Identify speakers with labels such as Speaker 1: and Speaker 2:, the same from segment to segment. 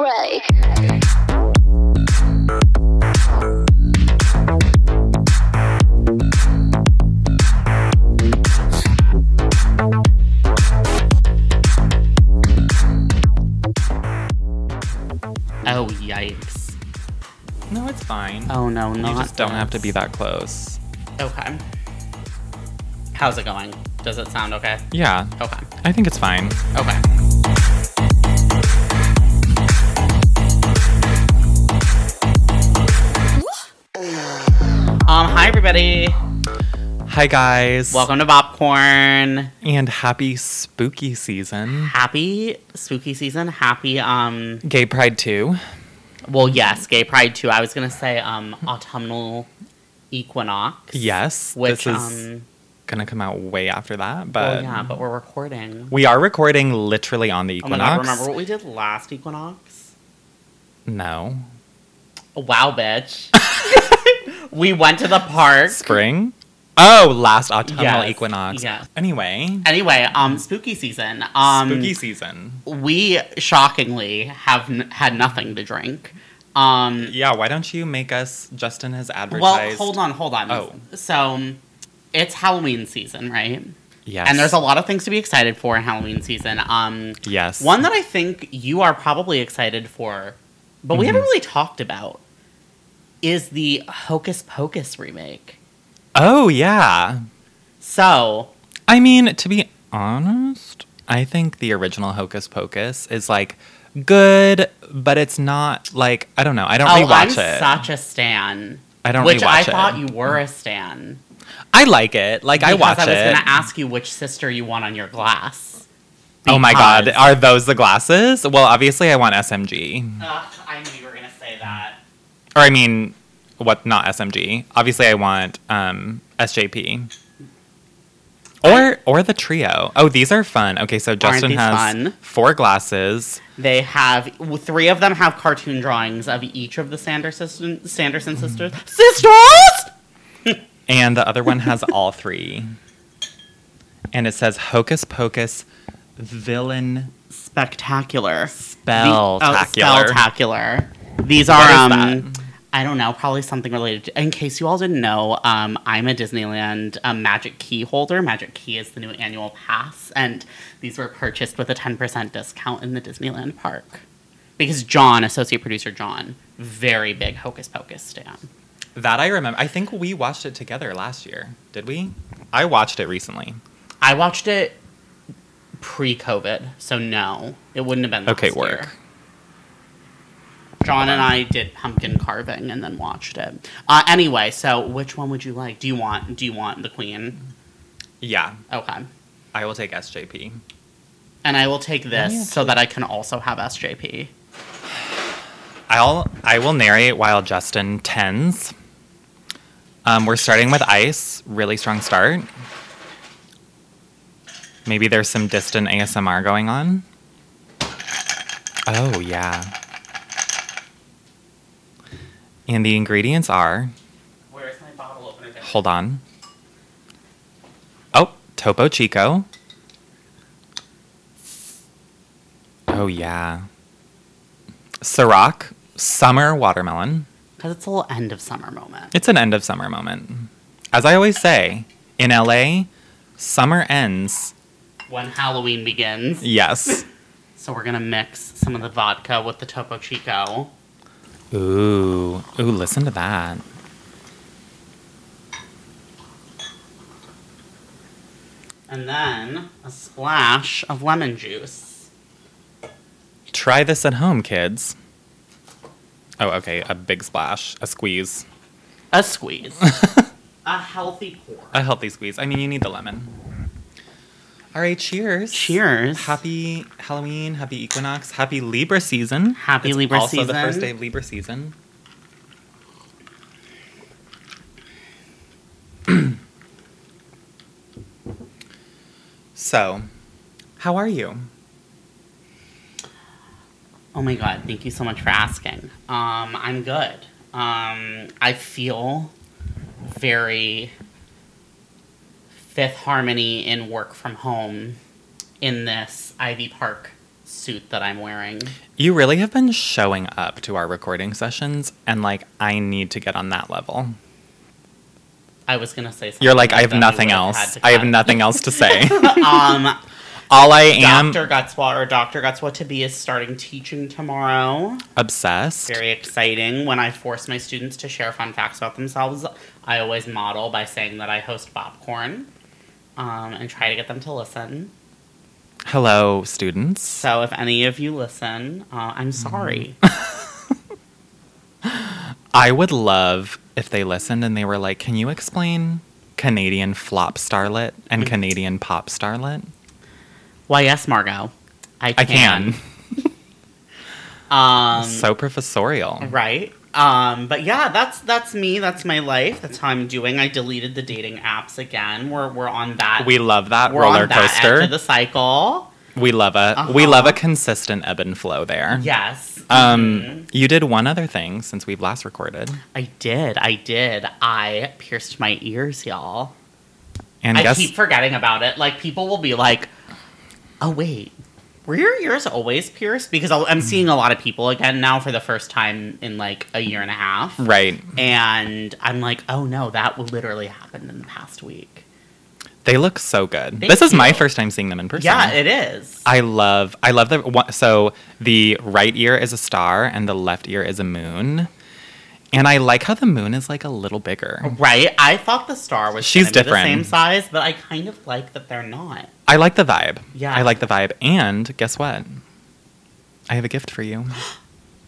Speaker 1: break.
Speaker 2: Oh, yikes.
Speaker 3: No, it's fine.
Speaker 2: Oh, no,
Speaker 3: you
Speaker 2: not.
Speaker 3: just don't have to
Speaker 2: this.
Speaker 3: be that close.
Speaker 2: Okay. How's it going? Does it sound okay?
Speaker 3: Yeah,
Speaker 2: Okay.
Speaker 3: I think it's fine.
Speaker 2: Okay. Um, hi everybody.
Speaker 3: Hi, guys.
Speaker 2: Welcome to Popcorn.
Speaker 3: And happy spooky season.
Speaker 2: Happy spooky season. Happy um
Speaker 3: Gay Pride 2.
Speaker 2: well yes, gay pride too. I was gonna say um autumnal equinox.
Speaker 3: Yes.
Speaker 2: Which
Speaker 3: this is
Speaker 2: um
Speaker 3: going to come out way after that,
Speaker 2: well,
Speaker 3: but
Speaker 2: yeah, but we're recording.
Speaker 3: we are recording literally on the
Speaker 2: Oh my
Speaker 3: equinox.
Speaker 2: god, remember what we did last equinox?
Speaker 3: No.
Speaker 2: Wow, bitch. we went to the park.
Speaker 3: Spring? Oh, last autumnal
Speaker 2: Yes,
Speaker 3: equinox.
Speaker 2: yes.
Speaker 3: Anyway,
Speaker 2: Anyway, um, spooky season. Um,
Speaker 3: spooky season.
Speaker 2: we shockingly have n- had nothing to drink. Um,
Speaker 3: Yeah, why don't you make us Justin has advertised?
Speaker 2: well, hold on, hold on.
Speaker 3: Oh.
Speaker 2: So it's Halloween season, right?
Speaker 3: Yes.
Speaker 2: And there's a lot of things to be excited for in Halloween season. Um,
Speaker 3: Yes.
Speaker 2: one that I think you are probably excited for, but we
Speaker 3: Mm-hmm.
Speaker 2: haven't really talked about, is the Hocus Pocus remake.
Speaker 3: Oh, yeah.
Speaker 2: So
Speaker 3: I mean, to be honest, I think the original Hocus Pocus is like good, but it's not like I don't know. I don't
Speaker 2: Oh,
Speaker 3: rewatch
Speaker 2: I'm
Speaker 3: it.
Speaker 2: such a stan.
Speaker 3: I don't
Speaker 2: Which
Speaker 3: rewatch
Speaker 2: I
Speaker 3: it.
Speaker 2: thought you were a stan.
Speaker 3: I like it. Like I
Speaker 2: because
Speaker 3: watch
Speaker 2: I was
Speaker 3: it.
Speaker 2: gonna ask you which sister you want on your glass.
Speaker 3: oh my god,
Speaker 2: Because-
Speaker 3: are those the glasses? Well, obviously I want SMG.
Speaker 2: Ugh, I knew you were gonna say that.
Speaker 3: Or I mean, what not SMG. Obviously I want um SJP. Or or the trio. Oh, these are fun. Okay, so Justin
Speaker 2: these
Speaker 3: has
Speaker 2: fun?
Speaker 3: four glasses.
Speaker 2: They have well, three of them have cartoon drawings of each of the Sanderson Sanderson sisters. Sisters.
Speaker 3: And the other one has all three. And it says Hocus Pocus Villain
Speaker 2: Spectacular.
Speaker 3: Spell
Speaker 2: The- oh, spectacular. These are
Speaker 3: is
Speaker 2: um I don't know, probably something related to in case you all didn't know, um, I'm a Disneyland um, magic key holder. Magic key is the new annual pass, and these were purchased with a ten percent discount in the Disneyland park. Because John, associate producer John, very big hocus pocus stan.
Speaker 3: That I remember. I think we watched it together last year. Did we? I watched it recently.
Speaker 2: I watched it pre COVID, so no. It wouldn't have been last
Speaker 3: Okay,
Speaker 2: year.
Speaker 3: work.
Speaker 2: John and I did pumpkin carving and then watched it. Uh, anyway, so which one would you like? Do you want do you want the queen?
Speaker 3: Yeah,
Speaker 2: Okay.
Speaker 3: I will take SJP.
Speaker 2: And I will take this
Speaker 3: Yeah,
Speaker 2: so that I can also have SJP.
Speaker 3: I'll I will narrate while Justin tens. Um, we're starting with ice. Really strong start. Maybe there's some distant ASMR going on. Oh yeah. And the ingredients are
Speaker 2: Where's my bottle opener?
Speaker 3: hold on. Oh, Topo Chico. Oh yeah. Ciroc, summer watermelon.
Speaker 2: Because it's a little end of summer moment.
Speaker 3: It's an end of summer moment. As I always say, in LA, summer ends.
Speaker 2: When Halloween begins.
Speaker 3: Yes.
Speaker 2: So we're gonna mix some of the vodka with the Topo Chico.
Speaker 3: Ooh. Ooh, listen to that.
Speaker 2: And then a splash of lemon juice.
Speaker 3: Try this at home, kids. Oh, okay. A big splash, a squeeze,
Speaker 2: A squeeze. a healthy pour.
Speaker 3: a healthy squeeze. I mean, you need the lemon. All right, cheers.
Speaker 2: Cheers.
Speaker 3: Happy Halloween, happy equinox, happy Libra season.
Speaker 2: Happy Libra
Speaker 3: also Also the
Speaker 2: season.
Speaker 3: first day of Libra season. so, how are you?
Speaker 2: Oh my god, thank you so much for asking. Um, I'm good. Um, I feel very Fifth Harmony in work from home in this Ivy Park suit that I'm wearing.
Speaker 3: You really have been showing up to our recording sessions, and like, I need to get on that level.
Speaker 2: I was gonna say something.
Speaker 3: You're like, I have
Speaker 2: that we
Speaker 3: nothing
Speaker 2: would've
Speaker 3: else.
Speaker 2: had to
Speaker 3: I have
Speaker 2: cut.
Speaker 3: nothing else to say.
Speaker 2: Um,
Speaker 3: All I am
Speaker 2: Doctor Gutswa or Doctor Gutswa to be is starting teaching tomorrow.
Speaker 3: obsessed.
Speaker 2: Very exciting. When I force my students to share fun facts about themselves, I always model by saying that I host Popcorn, um, and try to get them to listen.
Speaker 3: Hello, students.
Speaker 2: So if any of you listen, uh, I'm sorry.
Speaker 3: Mm-hmm. I would love if they listened and they were like, "Can you explain Canadian flop starlet
Speaker 2: Mm.
Speaker 3: and Canadian pop starlet?"
Speaker 2: Why, yes, Margot, I
Speaker 3: I can.
Speaker 2: can. Um,
Speaker 3: so professorial.
Speaker 2: Right. Um, but yeah, that's that's me. That's my life. That's how I'm doing. I deleted the dating apps again. We're we're on that.
Speaker 3: We love that
Speaker 2: we're
Speaker 3: roller
Speaker 2: on that edge
Speaker 3: coaster.
Speaker 2: of the cycle.
Speaker 3: we love a we
Speaker 2: Uh-huh.
Speaker 3: love a consistent ebb and flow there.
Speaker 2: Yes.
Speaker 3: Um,
Speaker 2: Mhm.
Speaker 3: you did one other thing since we've last recorded,
Speaker 2: I did. I did. I pierced my ears, y'all.
Speaker 3: and
Speaker 2: I
Speaker 3: guess
Speaker 2: keep forgetting about it. Like people will be like, "Oh wait, were your ears always pierced?" Because I'll, I'm seeing a lot of people again now for the first time in like a year and a half.
Speaker 3: right.
Speaker 2: And I'm like, oh no, that literally happened in the past week.
Speaker 3: They look so good.
Speaker 2: Thank
Speaker 3: this is my
Speaker 2: you.
Speaker 3: first time seeing them in person.
Speaker 2: Yeah, it is.
Speaker 3: I love I love the one- so the right ear is a star and the left ear is a moon. And I like how the moon is like a little bigger.
Speaker 2: Right? I thought the star was
Speaker 3: She's
Speaker 2: gonna be
Speaker 3: different.
Speaker 2: the same size, but I kind of like that they're not.
Speaker 3: I like the vibe.
Speaker 2: Yeah.
Speaker 3: I like the vibe. And guess what? I have a gift for you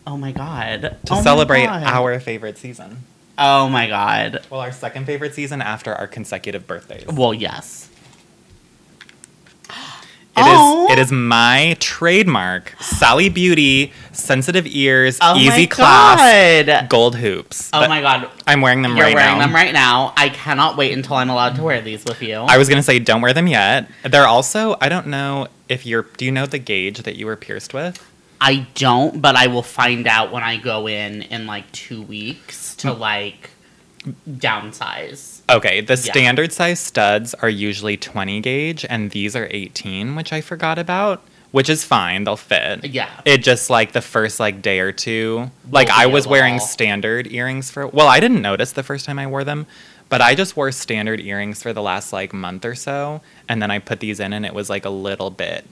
Speaker 2: Oh my god.
Speaker 3: to
Speaker 2: Oh my
Speaker 3: celebrate
Speaker 2: God.
Speaker 3: our favorite season.
Speaker 2: Oh my god.
Speaker 3: Well, our second favorite season after our consecutive birthdays. It is
Speaker 2: Well, yes. Oh.
Speaker 3: it is my trademark Sally Beauty sensitive ears
Speaker 2: Oh
Speaker 3: easy
Speaker 2: my
Speaker 3: clasp
Speaker 2: God.
Speaker 3: gold hoops.
Speaker 2: Oh
Speaker 3: But
Speaker 2: my god.
Speaker 3: I'm wearing them
Speaker 2: You're
Speaker 3: right
Speaker 2: wearing
Speaker 3: now.
Speaker 2: them right now. I cannot wait until I'm allowed to wear these with you.
Speaker 3: I was gonna say don't wear them yet. They're also I don't know if you're do you know the gauge that you were pierced with?
Speaker 2: I don't, but I will find out when I go in in like two weeks
Speaker 3: Mm.
Speaker 2: to like downsize.
Speaker 3: Okay, the
Speaker 2: Yeah.
Speaker 3: standard size studs are usually 20 gauge and these are 18, which I forgot about, which is fine, they'll fit.
Speaker 2: Yeah.
Speaker 3: It just like the first like day or two, like
Speaker 2: Will
Speaker 3: I
Speaker 2: be a
Speaker 3: was wearing
Speaker 2: little-
Speaker 3: standard earrings for well, I didn't notice the first time I wore them, but I just wore standard earrings for the last like month or so and then I put these in and it was like a little bit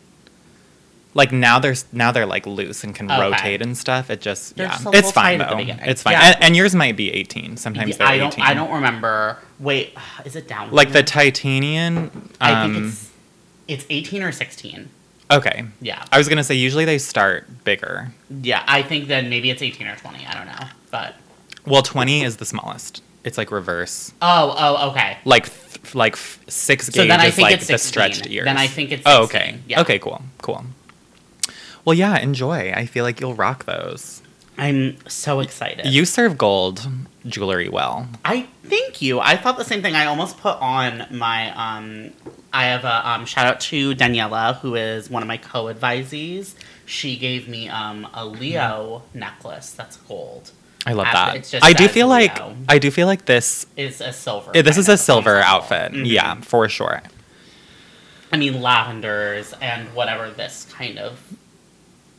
Speaker 3: like now they're s- now they're like loose and can
Speaker 2: Okay.
Speaker 3: rotate and stuff. It just
Speaker 2: They're
Speaker 3: yeah,
Speaker 2: just a
Speaker 3: it's
Speaker 2: little
Speaker 3: fine
Speaker 2: tight at the
Speaker 3: though.
Speaker 2: beginning.
Speaker 3: It's fine.
Speaker 2: Yeah.
Speaker 3: And, and yours might be eighteen. Sometimes
Speaker 2: Yeah,
Speaker 3: they're
Speaker 2: I don't.
Speaker 3: 18.
Speaker 2: I don't remember. Wait, is it down?
Speaker 3: Like the titanium. Um,
Speaker 2: I think it's it's eighteen or sixteen.
Speaker 3: okay.
Speaker 2: Yeah,
Speaker 3: I was gonna say usually they start bigger.
Speaker 2: yeah. I think then maybe it's eighteen or twenty. I don't know, but
Speaker 3: Well, twenty is the smallest. It's like reverse.
Speaker 2: oh, oh, okay.
Speaker 3: Like th- like f- six
Speaker 2: So
Speaker 3: gauge
Speaker 2: then I
Speaker 3: is
Speaker 2: think
Speaker 3: like
Speaker 2: it's
Speaker 3: the
Speaker 2: 16.
Speaker 3: stretched ears.
Speaker 2: Then I think it's
Speaker 3: Oh,
Speaker 2: 16,
Speaker 3: okay.
Speaker 2: yeah.
Speaker 3: Okay. Cool. Cool. Well, yeah. Enjoy. I feel like you'll rock those.
Speaker 2: I'm so excited.
Speaker 3: You serve gold jewelry well.
Speaker 2: I thank you. I thought the same thing. I almost put on my um I have a um shout out to Daniela who is one of my co-advisees. She gave me um a Leo
Speaker 3: Mm-hmm.
Speaker 2: necklace that's gold.
Speaker 3: I love
Speaker 2: As-
Speaker 3: that.
Speaker 2: it's just
Speaker 3: I do
Speaker 2: as
Speaker 3: feel like
Speaker 2: Leo.
Speaker 3: I do feel like this eh,
Speaker 2: It's a silver.
Speaker 3: this is
Speaker 2: kind
Speaker 3: a
Speaker 2: of
Speaker 3: silver
Speaker 2: ensemble.
Speaker 3: outfit.
Speaker 2: Mhm.
Speaker 3: Yeah, for sure.
Speaker 2: I mean lavenders and whatever this kind of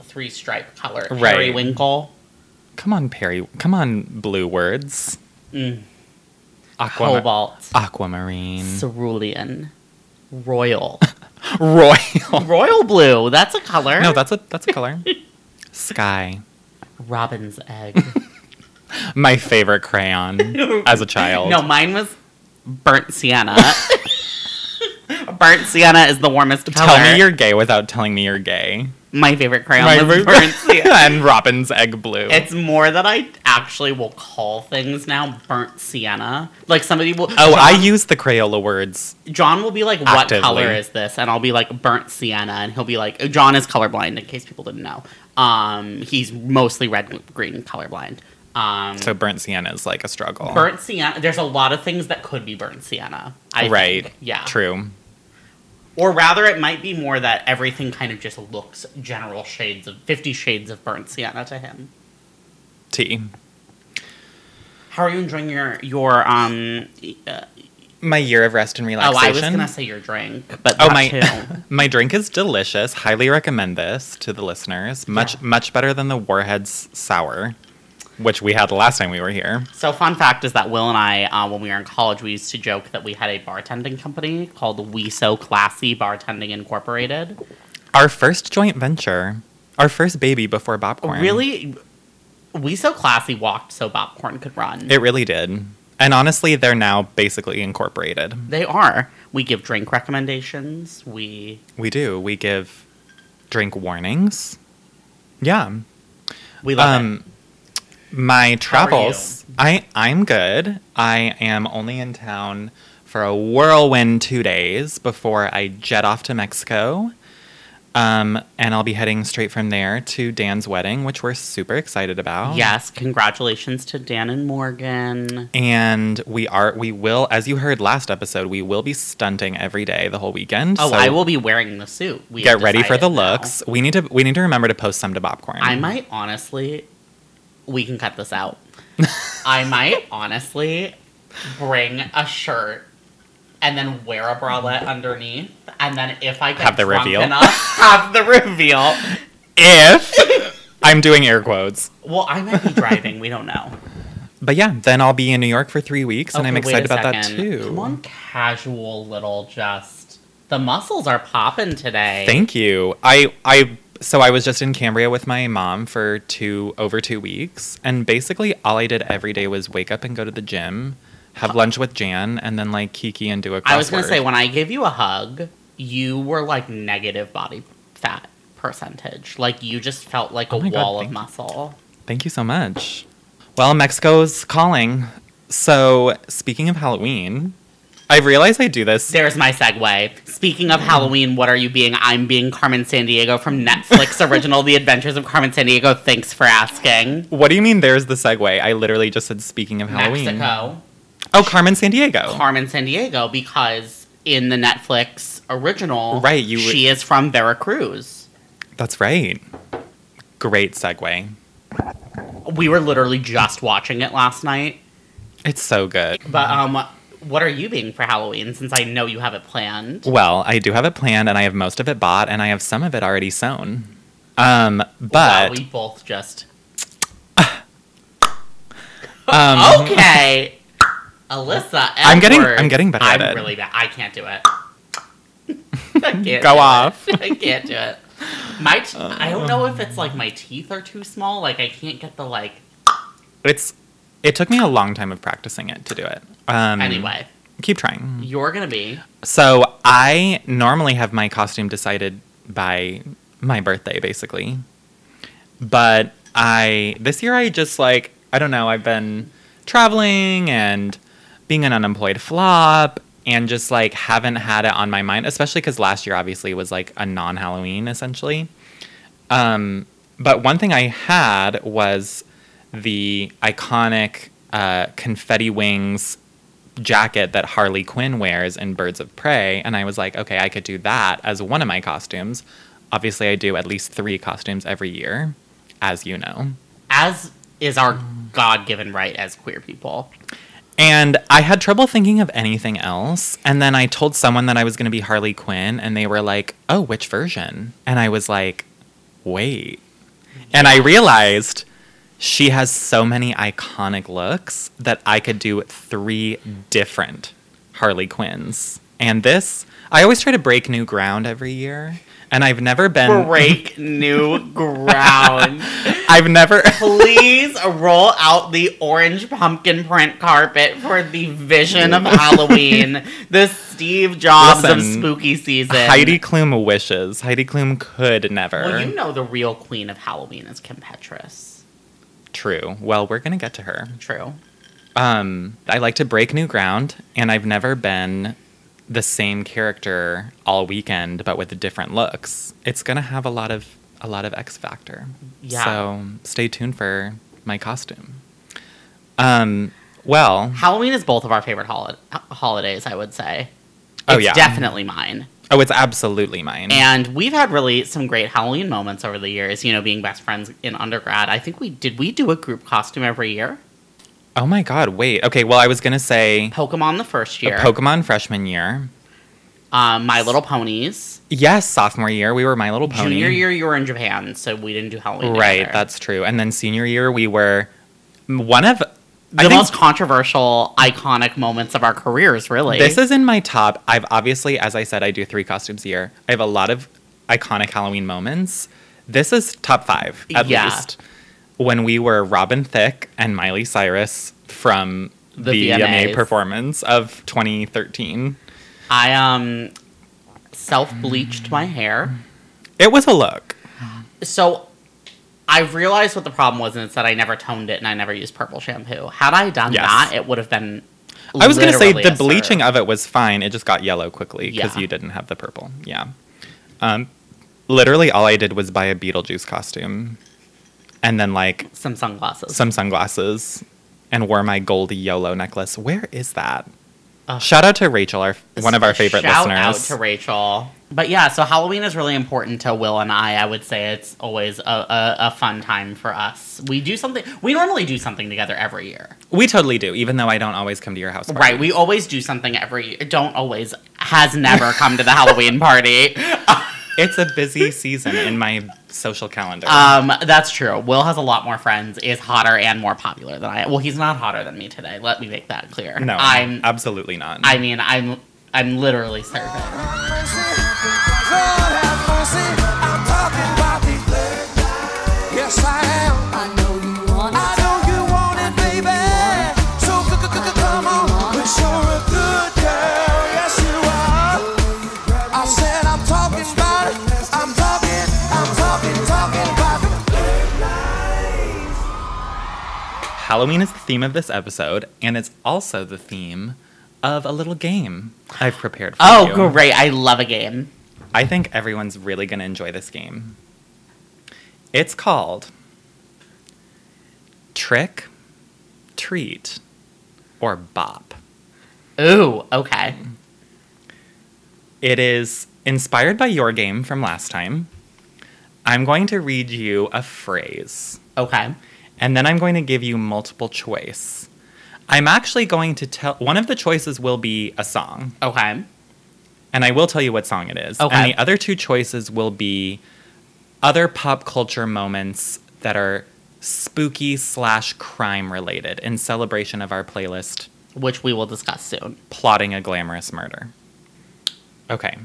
Speaker 2: three stripe color
Speaker 3: Right.
Speaker 2: periwinkle.
Speaker 3: Come on, Perry. Come on, blue words.
Speaker 2: Mm.
Speaker 3: Aqua-
Speaker 2: Cobalt.
Speaker 3: aquamarine.
Speaker 2: Cerulean. Royal.
Speaker 3: Royal.
Speaker 2: Royal blue. That's a color.
Speaker 3: no, that's a that's a color. Sky.
Speaker 2: Robin's egg.
Speaker 3: My favorite crayon as a child.
Speaker 2: No, mine was burnt sienna. burnt sienna is the warmest
Speaker 3: Tell
Speaker 2: color.
Speaker 3: me you're gay without telling me you're gay.
Speaker 2: my favorite crayon
Speaker 3: My
Speaker 2: was
Speaker 3: favorite-
Speaker 2: burnt sienna.
Speaker 3: and Robin's egg blue.
Speaker 2: It's more that I actually will call things now burnt sienna. Like somebody will.
Speaker 3: oh,
Speaker 2: John,
Speaker 3: I use the Crayola words.
Speaker 2: John will be like, "What
Speaker 3: Actively.
Speaker 2: color is this?" And I'll be like, "Burnt sienna," and he'll be like, "John is colorblind." In case people didn't know, um, he's mostly red, green, colorblind. Um,
Speaker 3: So burnt sienna is like a struggle.
Speaker 2: burnt sienna. There's a lot of things that could be burnt sienna. I
Speaker 3: right.
Speaker 2: Think. Yeah.
Speaker 3: True.
Speaker 2: Or rather, it might be more that everything kind of just looks general shades of 50 shades of burnt sienna to him.
Speaker 3: T.
Speaker 2: How are you enjoying your your um e- uh,
Speaker 3: my year of rest and
Speaker 2: Oh, I was
Speaker 3: relaxation.
Speaker 2: gonna say your drink, but
Speaker 3: Oh,
Speaker 2: that
Speaker 3: my
Speaker 2: too.
Speaker 3: my drink is delicious. Highly recommend this to the listeners. Much
Speaker 2: Yeah.
Speaker 3: much better than the Warheads sour, which we had the last time we were here.
Speaker 2: So, fun fact is that Will and I, uh, when we were in college, we used to joke that we had a bartending company called We So Classy Bartending Incorporated.
Speaker 3: Our first joint venture. Our first baby before popcorn.
Speaker 2: Oh, Really, We So Classy walked so popcorn could run.
Speaker 3: It really did. And honestly, they're now basically incorporated.
Speaker 2: they are. We give drink recommendations. We
Speaker 3: We do. We give drink warnings. Yeah.
Speaker 2: we love it.
Speaker 3: um my
Speaker 2: are you?
Speaker 3: travels i i'm good i am only in town for a whirlwind two days before i jet off to mexico um and i'll be heading straight from there to dan's wedding which we're super excited about
Speaker 2: Yes, congratulations to Dan and Morgan.
Speaker 3: and we are we will as you heard last episode we will be stunting every day the whole weekend
Speaker 2: Oh,
Speaker 3: so
Speaker 2: I will be wearing the suit. We have
Speaker 3: get ready for the
Speaker 2: decided now.
Speaker 3: looks we need to we need to remember to post some to popcorn
Speaker 2: I might honestly, we can cut this out. I might honestly bring a shirt and then wear a bralette underneath, and then if I get
Speaker 3: Have the
Speaker 2: drunk
Speaker 3: reveal.
Speaker 2: enough, have the reveal.
Speaker 3: if i'm doing air quotes
Speaker 2: Well, I might be driving. We don't know.
Speaker 3: But yeah, then I'll be in New York for three weeks, and I'm
Speaker 2: Okay, wait
Speaker 3: excited
Speaker 2: a
Speaker 3: about that
Speaker 2: second.
Speaker 3: too.
Speaker 2: Come on, casual little just. The muscles are popping today.
Speaker 3: Thank you. I I so I was just in Cambria with my mom for two over two weeks, and basically all I did every day was wake up and go to the gym, have lunch with Jan, and then like kiki and do a crossword.
Speaker 2: I was gonna say when I gave you a hug, you were like negative body fat percentage. Like you just felt like
Speaker 3: Oh
Speaker 2: a
Speaker 3: my God,
Speaker 2: wall
Speaker 3: thank
Speaker 2: of
Speaker 3: you.
Speaker 2: muscle.
Speaker 3: Thank you so much. Well, Mexico's calling. So speaking of Halloween, I realize I do this.
Speaker 2: There's my segue. Speaking of Halloween, what are you being? I'm being Carmen San Diego from Netflix original The Adventures of Carmen San Diego. Thanks for asking.
Speaker 3: what do you mean? There's the segue. I literally just said speaking of Halloween.
Speaker 2: Mexico.
Speaker 3: Oh, Carmen San Diego.
Speaker 2: Carmen San Diego because in the Netflix original
Speaker 3: Right, you
Speaker 2: she is from Veracruz.
Speaker 3: That's right. Great segue.
Speaker 2: We were literally just watching it last night.
Speaker 3: It's so good.
Speaker 2: But
Speaker 3: Mm-hmm.
Speaker 2: um what are you being for Halloween since I know you have it planned?
Speaker 3: Well, I do have it planned and I have most of it bought and I have some of it already sewn. Um,
Speaker 2: Wow,
Speaker 3: but
Speaker 2: we both just
Speaker 3: um,
Speaker 2: okay. Alyssa,
Speaker 3: I'm getting-
Speaker 2: Edwards.
Speaker 3: I'm getting better at
Speaker 2: I'm
Speaker 3: it.
Speaker 2: really bad. I can't do it. I can't
Speaker 3: Go
Speaker 2: do
Speaker 3: off.
Speaker 2: It. I can't do it. My t- I don't know if it's like my teeth are too small. Like I can't get the like.
Speaker 3: it's it took me a long time of practicing it to do it. Um,
Speaker 2: Anyway,
Speaker 3: keep trying.
Speaker 2: you're gonna be
Speaker 3: So I normally have my costume decided by my birthday, basically. But I this year I just like I don't know. I've been traveling and being an unemployed flop and just like haven't had it on my mind, especially because last year obviously was like a non-Halloween essentially. Um, but one thing I had was the iconic uh, confetti wings jacket that Harley Quinn wears in Birds of Prey. And I was like, okay, I could do that as one of my costumes. Obviously, I do at least three costumes every year, as you know.
Speaker 2: as is our
Speaker 3: Mm-hmm.
Speaker 2: God-given right as queer people.
Speaker 3: And I had trouble thinking of anything else. And then I told someone that I was going to be Harley Quinn, and they were like, oh, which version? And I was like, wait. And I realized she has so many iconic looks that I could do three different Harley Quinns. And this, I always try to break new ground every year. And I've never been.
Speaker 2: Break new ground.
Speaker 3: I've never.
Speaker 2: Please roll out the orange pumpkin print carpet for the vision of Halloween, the Steve Jobs of
Speaker 3: Listen,
Speaker 2: spooky season.
Speaker 3: Heidi Klum wishes. Heidi Klum could never.
Speaker 2: Well, you know the real queen of Halloween is Kim Petras.
Speaker 3: True. Well, we're going to get to her.
Speaker 2: True.
Speaker 3: um, I like to break new ground, and I've never been the same character all weekend, but with different looks. It's gonna have a lot of a lot of X factor.
Speaker 2: Yeah.
Speaker 3: So stay tuned for my costume. Um. Well.
Speaker 2: Halloween is both of our favorite holi- holidays, I would say.
Speaker 3: Oh
Speaker 2: It's
Speaker 3: yeah. Mm-hmm.
Speaker 2: Definitely mine.
Speaker 3: oh, it's absolutely mine.
Speaker 2: And we've had really some great Halloween moments over the years, you know, being best friends in undergrad. I think we did we do a group costume every year?
Speaker 3: Oh my god, wait. Okay, well I was gonna say
Speaker 2: Pokemon the first year.
Speaker 3: Pokemon freshman year.
Speaker 2: um, My Little Ponies.
Speaker 3: Yes, sophomore year we were My Little Pony.
Speaker 2: Junior year, you were in Japan, so we didn't do Halloween.
Speaker 3: Right,
Speaker 2: together.
Speaker 3: that's true. And then senior year we were one of
Speaker 2: the most controversial, iconic moments of our careers. Really,
Speaker 3: This is in my top. I've obviously, as I said, I do three costumes a year. I have a lot of iconic Halloween moments. This is top five, at
Speaker 2: Yeah.
Speaker 3: least. When we were Robin Thicke and Miley Cyrus from
Speaker 2: The
Speaker 3: the, VMA
Speaker 2: VMAs.
Speaker 3: performance of 2013.
Speaker 2: I um self bleached my hair.
Speaker 3: It was a look.
Speaker 2: So I realized what the problem was, and it's that I never toned it and I never used purple shampoo. Had I done
Speaker 3: Yes.
Speaker 2: that, it would have been.
Speaker 3: I was going to say
Speaker 2: literally
Speaker 3: the
Speaker 2: a serve.
Speaker 3: bleaching of it was fine. It just got yellow quickly because
Speaker 2: Yeah.
Speaker 3: you didn't have the purple. Yeah. Um, literally, all I did was buy a Beetlejuice costume and then, like,
Speaker 2: some sunglasses.
Speaker 3: some sunglasses and wore my gold YOLO necklace. Where is that?
Speaker 2: Ugh.
Speaker 3: Shout out to Rachel, our one of our favorite
Speaker 2: Uh, Shout out
Speaker 3: listeners.
Speaker 2: to Rachel. But yeah, so Halloween is really important to Will and I. I would say it's always a, a, a fun time for us. We do something. We normally do something together every year,
Speaker 3: we totally do, even though I don't always come to your house.
Speaker 2: right? We always do something every. Don't always has never come to the Halloween party.
Speaker 3: It's a busy season in my social calendar.
Speaker 2: Um, that's true. Will has a lot more friends, is hotter and more popular than I. Well, he's not hotter than me today. Let me make that clear.
Speaker 3: no, Uh,
Speaker 2: I'm.
Speaker 3: absolutely not.
Speaker 2: I mean, I'm. I'm literally serving.
Speaker 1: Yes, I am.
Speaker 4: I know you want
Speaker 1: I know you want it, baby. So c- c- c- come on, cause you're a good girl. Yes, you are. I said I'm talking about it. I'm talking, I'm talking, talking about it.
Speaker 3: Halloween is the theme of this episode, and it's also the theme of a little game I've prepared for
Speaker 2: Oh,
Speaker 3: you.
Speaker 2: great! I love a game.
Speaker 3: I think everyone's really going to enjoy this game. It's called Trick, Treat, or Bop.
Speaker 2: Ooh, okay.
Speaker 3: It is inspired by your game from last time. I'm going to read you a phrase,
Speaker 2: Okay.
Speaker 3: and then I'm going to give you multiple choice. I'm actually going to tell one of the choices will be a song,
Speaker 2: Okay.
Speaker 3: and I will tell you what song it is.
Speaker 2: Okay.
Speaker 3: And the other two choices will be other pop culture moments that are spooky slash crime related in celebration of our playlist
Speaker 2: Which we will discuss soon.
Speaker 3: plotting a glamorous murder. Okay.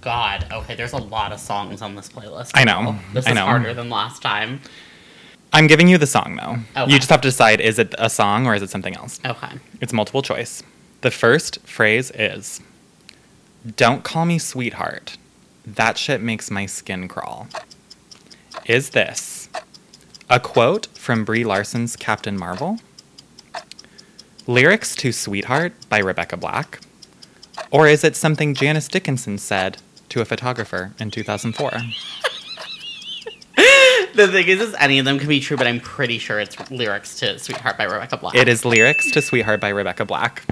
Speaker 2: God, okay, there's a lot of songs on this playlist.
Speaker 3: I know.
Speaker 2: This
Speaker 3: I
Speaker 2: is
Speaker 3: know.
Speaker 2: harder than last time.
Speaker 3: I'm giving you the song though.
Speaker 2: Okay.
Speaker 3: You just have to decide is it a song or is it something else?
Speaker 2: Okay.
Speaker 3: It's multiple choice. The first phrase is Don't call me sweetheart. That shit makes my skin crawl. Is this a quote from Brie Larson's Captain Marvel? Lyrics to Sweetheart by Rebecca Black? Or is it something Janice Dickinson said to a photographer in 2004?
Speaker 2: The thing is, is any of them can be true, but I'm pretty sure it's lyrics to Sweetheart by Rebecca Black.
Speaker 3: It is lyrics to Sweetheart by Rebecca Black.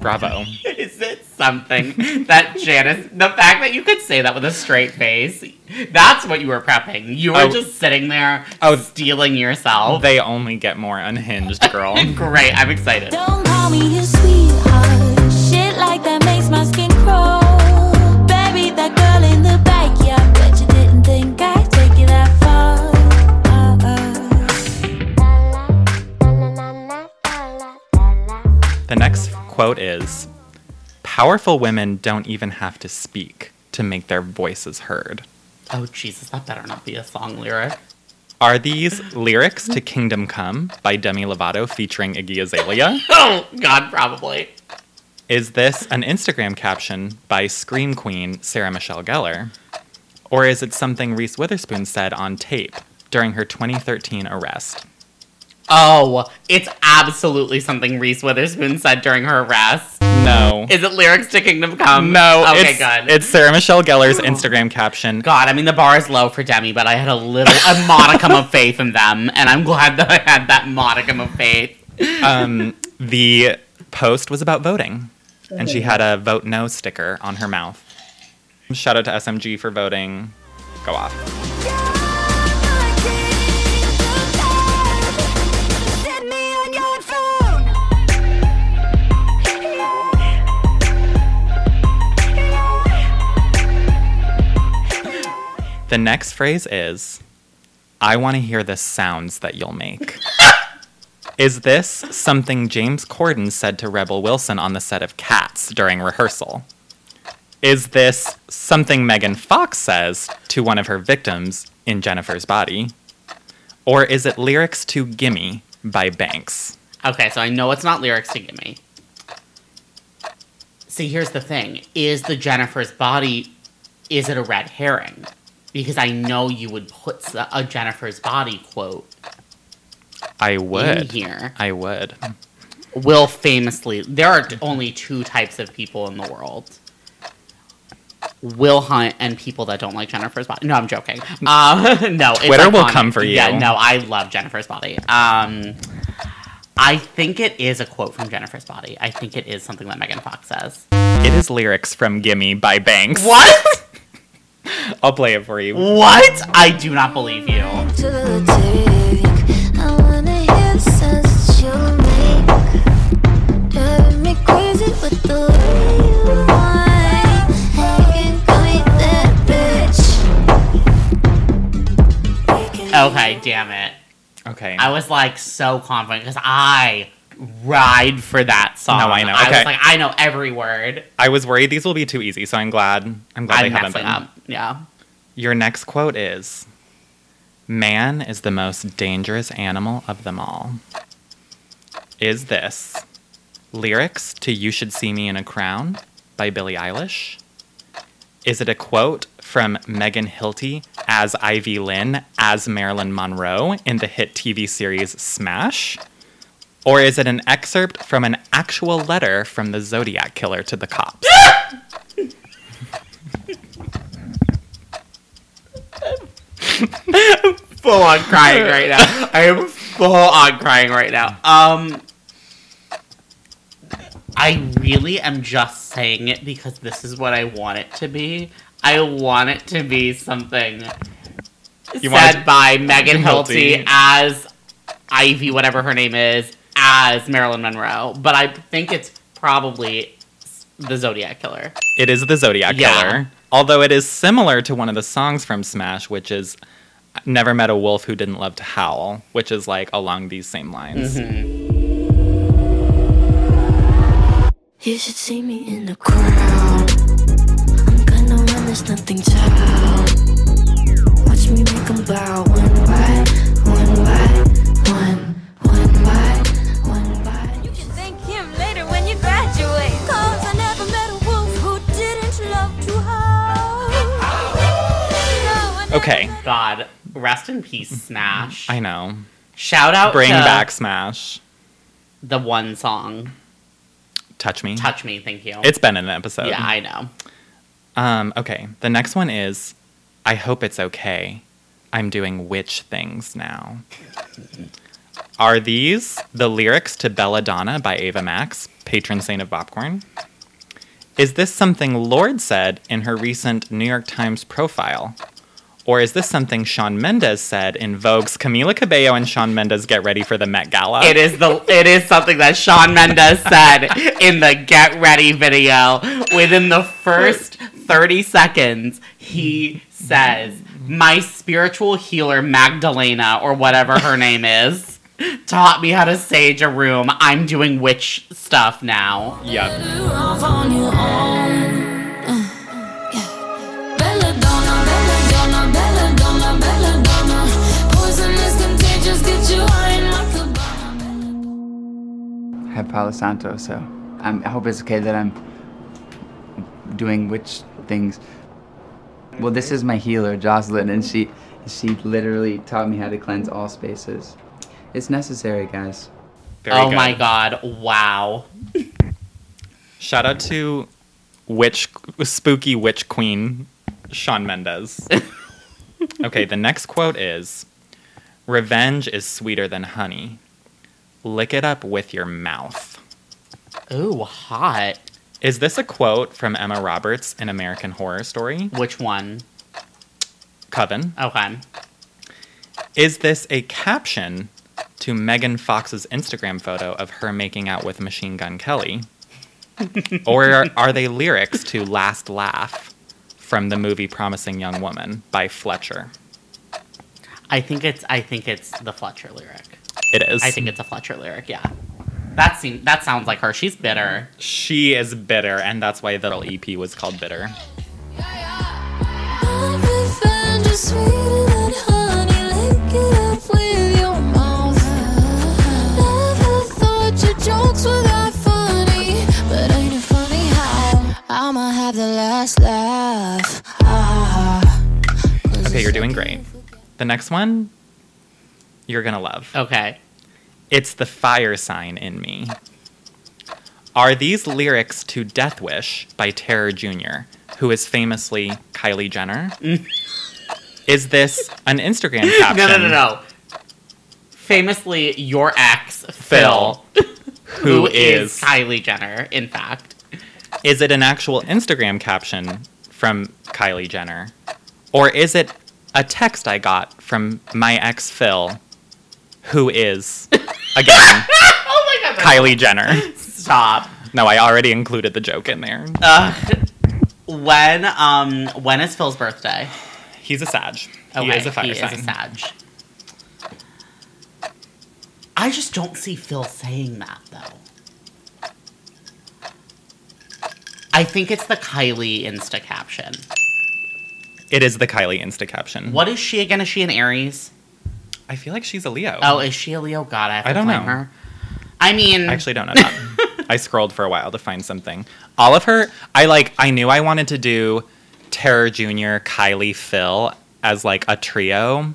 Speaker 3: Bravo.
Speaker 2: Is it something that Janice, the fact that you could say that with a straight face, that's what you were prepping. You were
Speaker 3: Oh.
Speaker 2: just sitting there
Speaker 3: Oh.
Speaker 2: stealing yourself.
Speaker 3: They only get more unhinged, girl.
Speaker 2: Great, I'm excited.
Speaker 4: Don't call me your sweetheart. Shit like that makes my skin crawl. Baby, that girl in the backyard. Bet you didn't think I'd take you that far. Uh-uh. Uh,
Speaker 3: The next quote is Powerful women don't even have to speak to make their voices heard.
Speaker 2: Oh, Jesus, that better not be a song lyric.
Speaker 3: Are these lyrics to Kingdom Come by Demi Lovato featuring Iggy Azalea?
Speaker 2: Oh, God, probably.
Speaker 3: Is this an Instagram caption by Scream Queen Sarah Michelle Gellar? Or is it something Reese Witherspoon said on tape during her 2013 arrest?
Speaker 2: Oh, it's absolutely something Reese Witherspoon said during her arrest.
Speaker 3: No.
Speaker 2: Is it lyrics to Kingdom Come?
Speaker 3: no,
Speaker 2: Okay,
Speaker 3: it's,
Speaker 2: God. Oh.
Speaker 3: it's Sarah Michelle Gellar's Instagram caption.
Speaker 2: God, I mean the bar is low for Demi, but I had a little a modicum of faith in them, and I'm glad that I had that modicum of faith.
Speaker 3: um, the post was about voting, and she had a vote no sticker on her mouth. Shout out to SMG for voting. Go off.
Speaker 4: uh.
Speaker 3: The next phrase is, I want to hear the sounds that you'll make. is this something James Corden said to Rebel Wilson on the set of Cats during rehearsal? Is this something Megan Fox says to one of her victims in Jennifer's body? Or is it lyrics to Gimme by Banks?
Speaker 2: Okay, so I know it's not lyrics to Gimme. See, here's the thing. Is the Jennifer's body, is it a red herring? Because I know you would put s- a Jennifer's body quote
Speaker 3: I
Speaker 2: in
Speaker 3: would.
Speaker 2: here.
Speaker 3: I would.
Speaker 2: Will famously, there are t- only two types of people in the world. Will Hunt and people that don't like Jennifer's body. No, I'm joking. Um, no, it's
Speaker 3: Twitter will
Speaker 2: iconic.
Speaker 3: come for you.
Speaker 2: Yeah, no, I love Jennifer's body. Um, I think it is a quote from Jennifer's body. I think it is something that Megan Fox says.
Speaker 3: It is lyrics from Gimme by Banks.
Speaker 2: What?
Speaker 3: I'll play it for you.
Speaker 2: What? I do not believe you.
Speaker 4: to the tick. I wanna hear the sense you make. Driving me crazy with the way you whine. You can call me that bitch.
Speaker 2: Okay, damn it.
Speaker 3: Okay.
Speaker 2: I was like so confident because I ride for that song.
Speaker 3: No, I know.
Speaker 2: I
Speaker 3: Okay.
Speaker 2: was like, I know every word.
Speaker 3: I was worried these will be too easy, so I'm glad. I'm glad
Speaker 2: I'm
Speaker 3: they haven't
Speaker 2: messing
Speaker 3: been.
Speaker 2: up. Yeah.
Speaker 3: Your next quote is Man is the most dangerous animal of them all. Is this lyrics to You Should See Me in a Crown by Billie Eilish? Is it a quote from Megan Hilty as Ivy Lynn as Marilyn Monroe in the hit TV series Smash? Or is it an excerpt from an actual letter from the Zodiac killer to the cops?
Speaker 2: Full on crying right now. I am full on crying right now. Um I really am just saying it because this is what I want it to be. I want it to be something
Speaker 3: You want it
Speaker 2: said by Megan
Speaker 3: Hilty.
Speaker 2: Hilty as Ivy, whatever her name is, as Marilyn Monroe. But I think it's probably the Zodiac Killer.
Speaker 3: It is the Zodiac
Speaker 2: Yeah.
Speaker 3: Killer. Although it is similar to one of the songs from Smash, which is Never Met a Wolf Who Didn't Love to Howl, which is like along these same lines.
Speaker 2: Mm-hmm.
Speaker 5: You should see me in the crowd. I'm gonna run, there's nothing child. Watch me make 'em bow one by one by one, one by one by.
Speaker 4: You should thank him later when you graduate. Cause I never met a wolf who didn't love to howl. No, I never
Speaker 3: Okay.
Speaker 4: met a
Speaker 2: God, rest in peace, Smash.
Speaker 3: I know.
Speaker 2: Shout out
Speaker 3: Bring
Speaker 2: to
Speaker 3: back Smash.
Speaker 2: the one song.
Speaker 3: Touch Me.
Speaker 2: Touch me, thank you.
Speaker 3: It's been an episode.
Speaker 2: yeah, I know.
Speaker 3: um, okay. The next one is I hope it's okay. I'm doing witch things now. Are these the lyrics to Belladonna by Ava Max, patron saint of popcorn? Is this something Lord said in her recent New York Times profile? Or is this something Sean Mendes said in Vogue's Camila Cabello and Sean Mendes Get Ready for the Met Gala?
Speaker 2: It is the it is something that Sean Mendes said in the Get Ready video. Within the first 30 seconds, he says, "My spiritual healer Magdalena or whatever her name is taught me how to sage a room. I'm doing witch stuff now."
Speaker 3: Yep.
Speaker 5: You're off on your own. Uh, yeah. Belladonna, belladonna, belladonna, belladonna. Poison is contagious, get you high like a bomb.
Speaker 6: I have Palo Santo, so I'm, I hope it's okay that I'm doing witch things. Well, this is my healer, Jocelyn, and she she literally taught me how to cleanse all spaces. It's necessary, guys.
Speaker 3: Very
Speaker 2: oh
Speaker 3: good.
Speaker 2: my god, wow.
Speaker 3: Shout out to witch spooky witch queen Sean Mendes. okay, the next quote is Revenge is sweeter than honey. Lick it up with your mouth.
Speaker 2: Ooh, hot.
Speaker 3: Is this a quote from Emma Roberts in American Horror Story?
Speaker 2: Which one?
Speaker 3: Coven.
Speaker 2: Okay.
Speaker 3: Is this a caption to Megan Fox's Instagram photo of her making out with Machine Gun Kelly? or are, are they lyrics to Last Laugh from the movie Promising Young Woman by Fletcher.
Speaker 2: I think it's I think it's the Fletcher lyric.
Speaker 3: It is.
Speaker 2: I think it's a Fletcher lyric. Yeah, that seems that sounds like her. She's bitter.
Speaker 3: she is bitter, and that's why the little EP was called Bitter.
Speaker 4: Ah.
Speaker 3: Okay, you're doing great. The next one, you're gonna love.
Speaker 2: Okay.
Speaker 3: It's the fire sign in me. Are these lyrics to Death Wish by Terror Jr., who is famously Kylie Jenner? is this an Instagram caption?
Speaker 2: No, no, no, no. Famously, your ex Phil,
Speaker 3: Phil,
Speaker 2: who
Speaker 3: who is?
Speaker 2: Kylie Jenner. In fact,
Speaker 3: Is it an actual Instagram caption from Kylie Jenner? Or is it a text I got from my ex Phil, who is, again,
Speaker 2: oh my god, that's-
Speaker 3: Kylie Jenner?
Speaker 2: stop.
Speaker 3: No, I already included the joke in there.
Speaker 2: Ugh. When um when is Phil's birthday?
Speaker 3: He's a Sag. he is a fire
Speaker 2: he
Speaker 3: sign.
Speaker 2: is a Sag. I just don't see Phil saying that though. I think it's the Kylie Insta caption.
Speaker 3: It is the Kylie Insta caption.
Speaker 2: What is she again? Is she an Aries?
Speaker 3: I feel like she's a Leo.
Speaker 2: Oh, is she a Leo? God, I, have to
Speaker 3: I don't
Speaker 2: blame
Speaker 3: know.
Speaker 2: her. I mean,
Speaker 3: I actually don't know that. I scrolled for a while to find something. All of her, I like, I knew I wanted to do Terror Jr., Kylie, Phil as like a trio.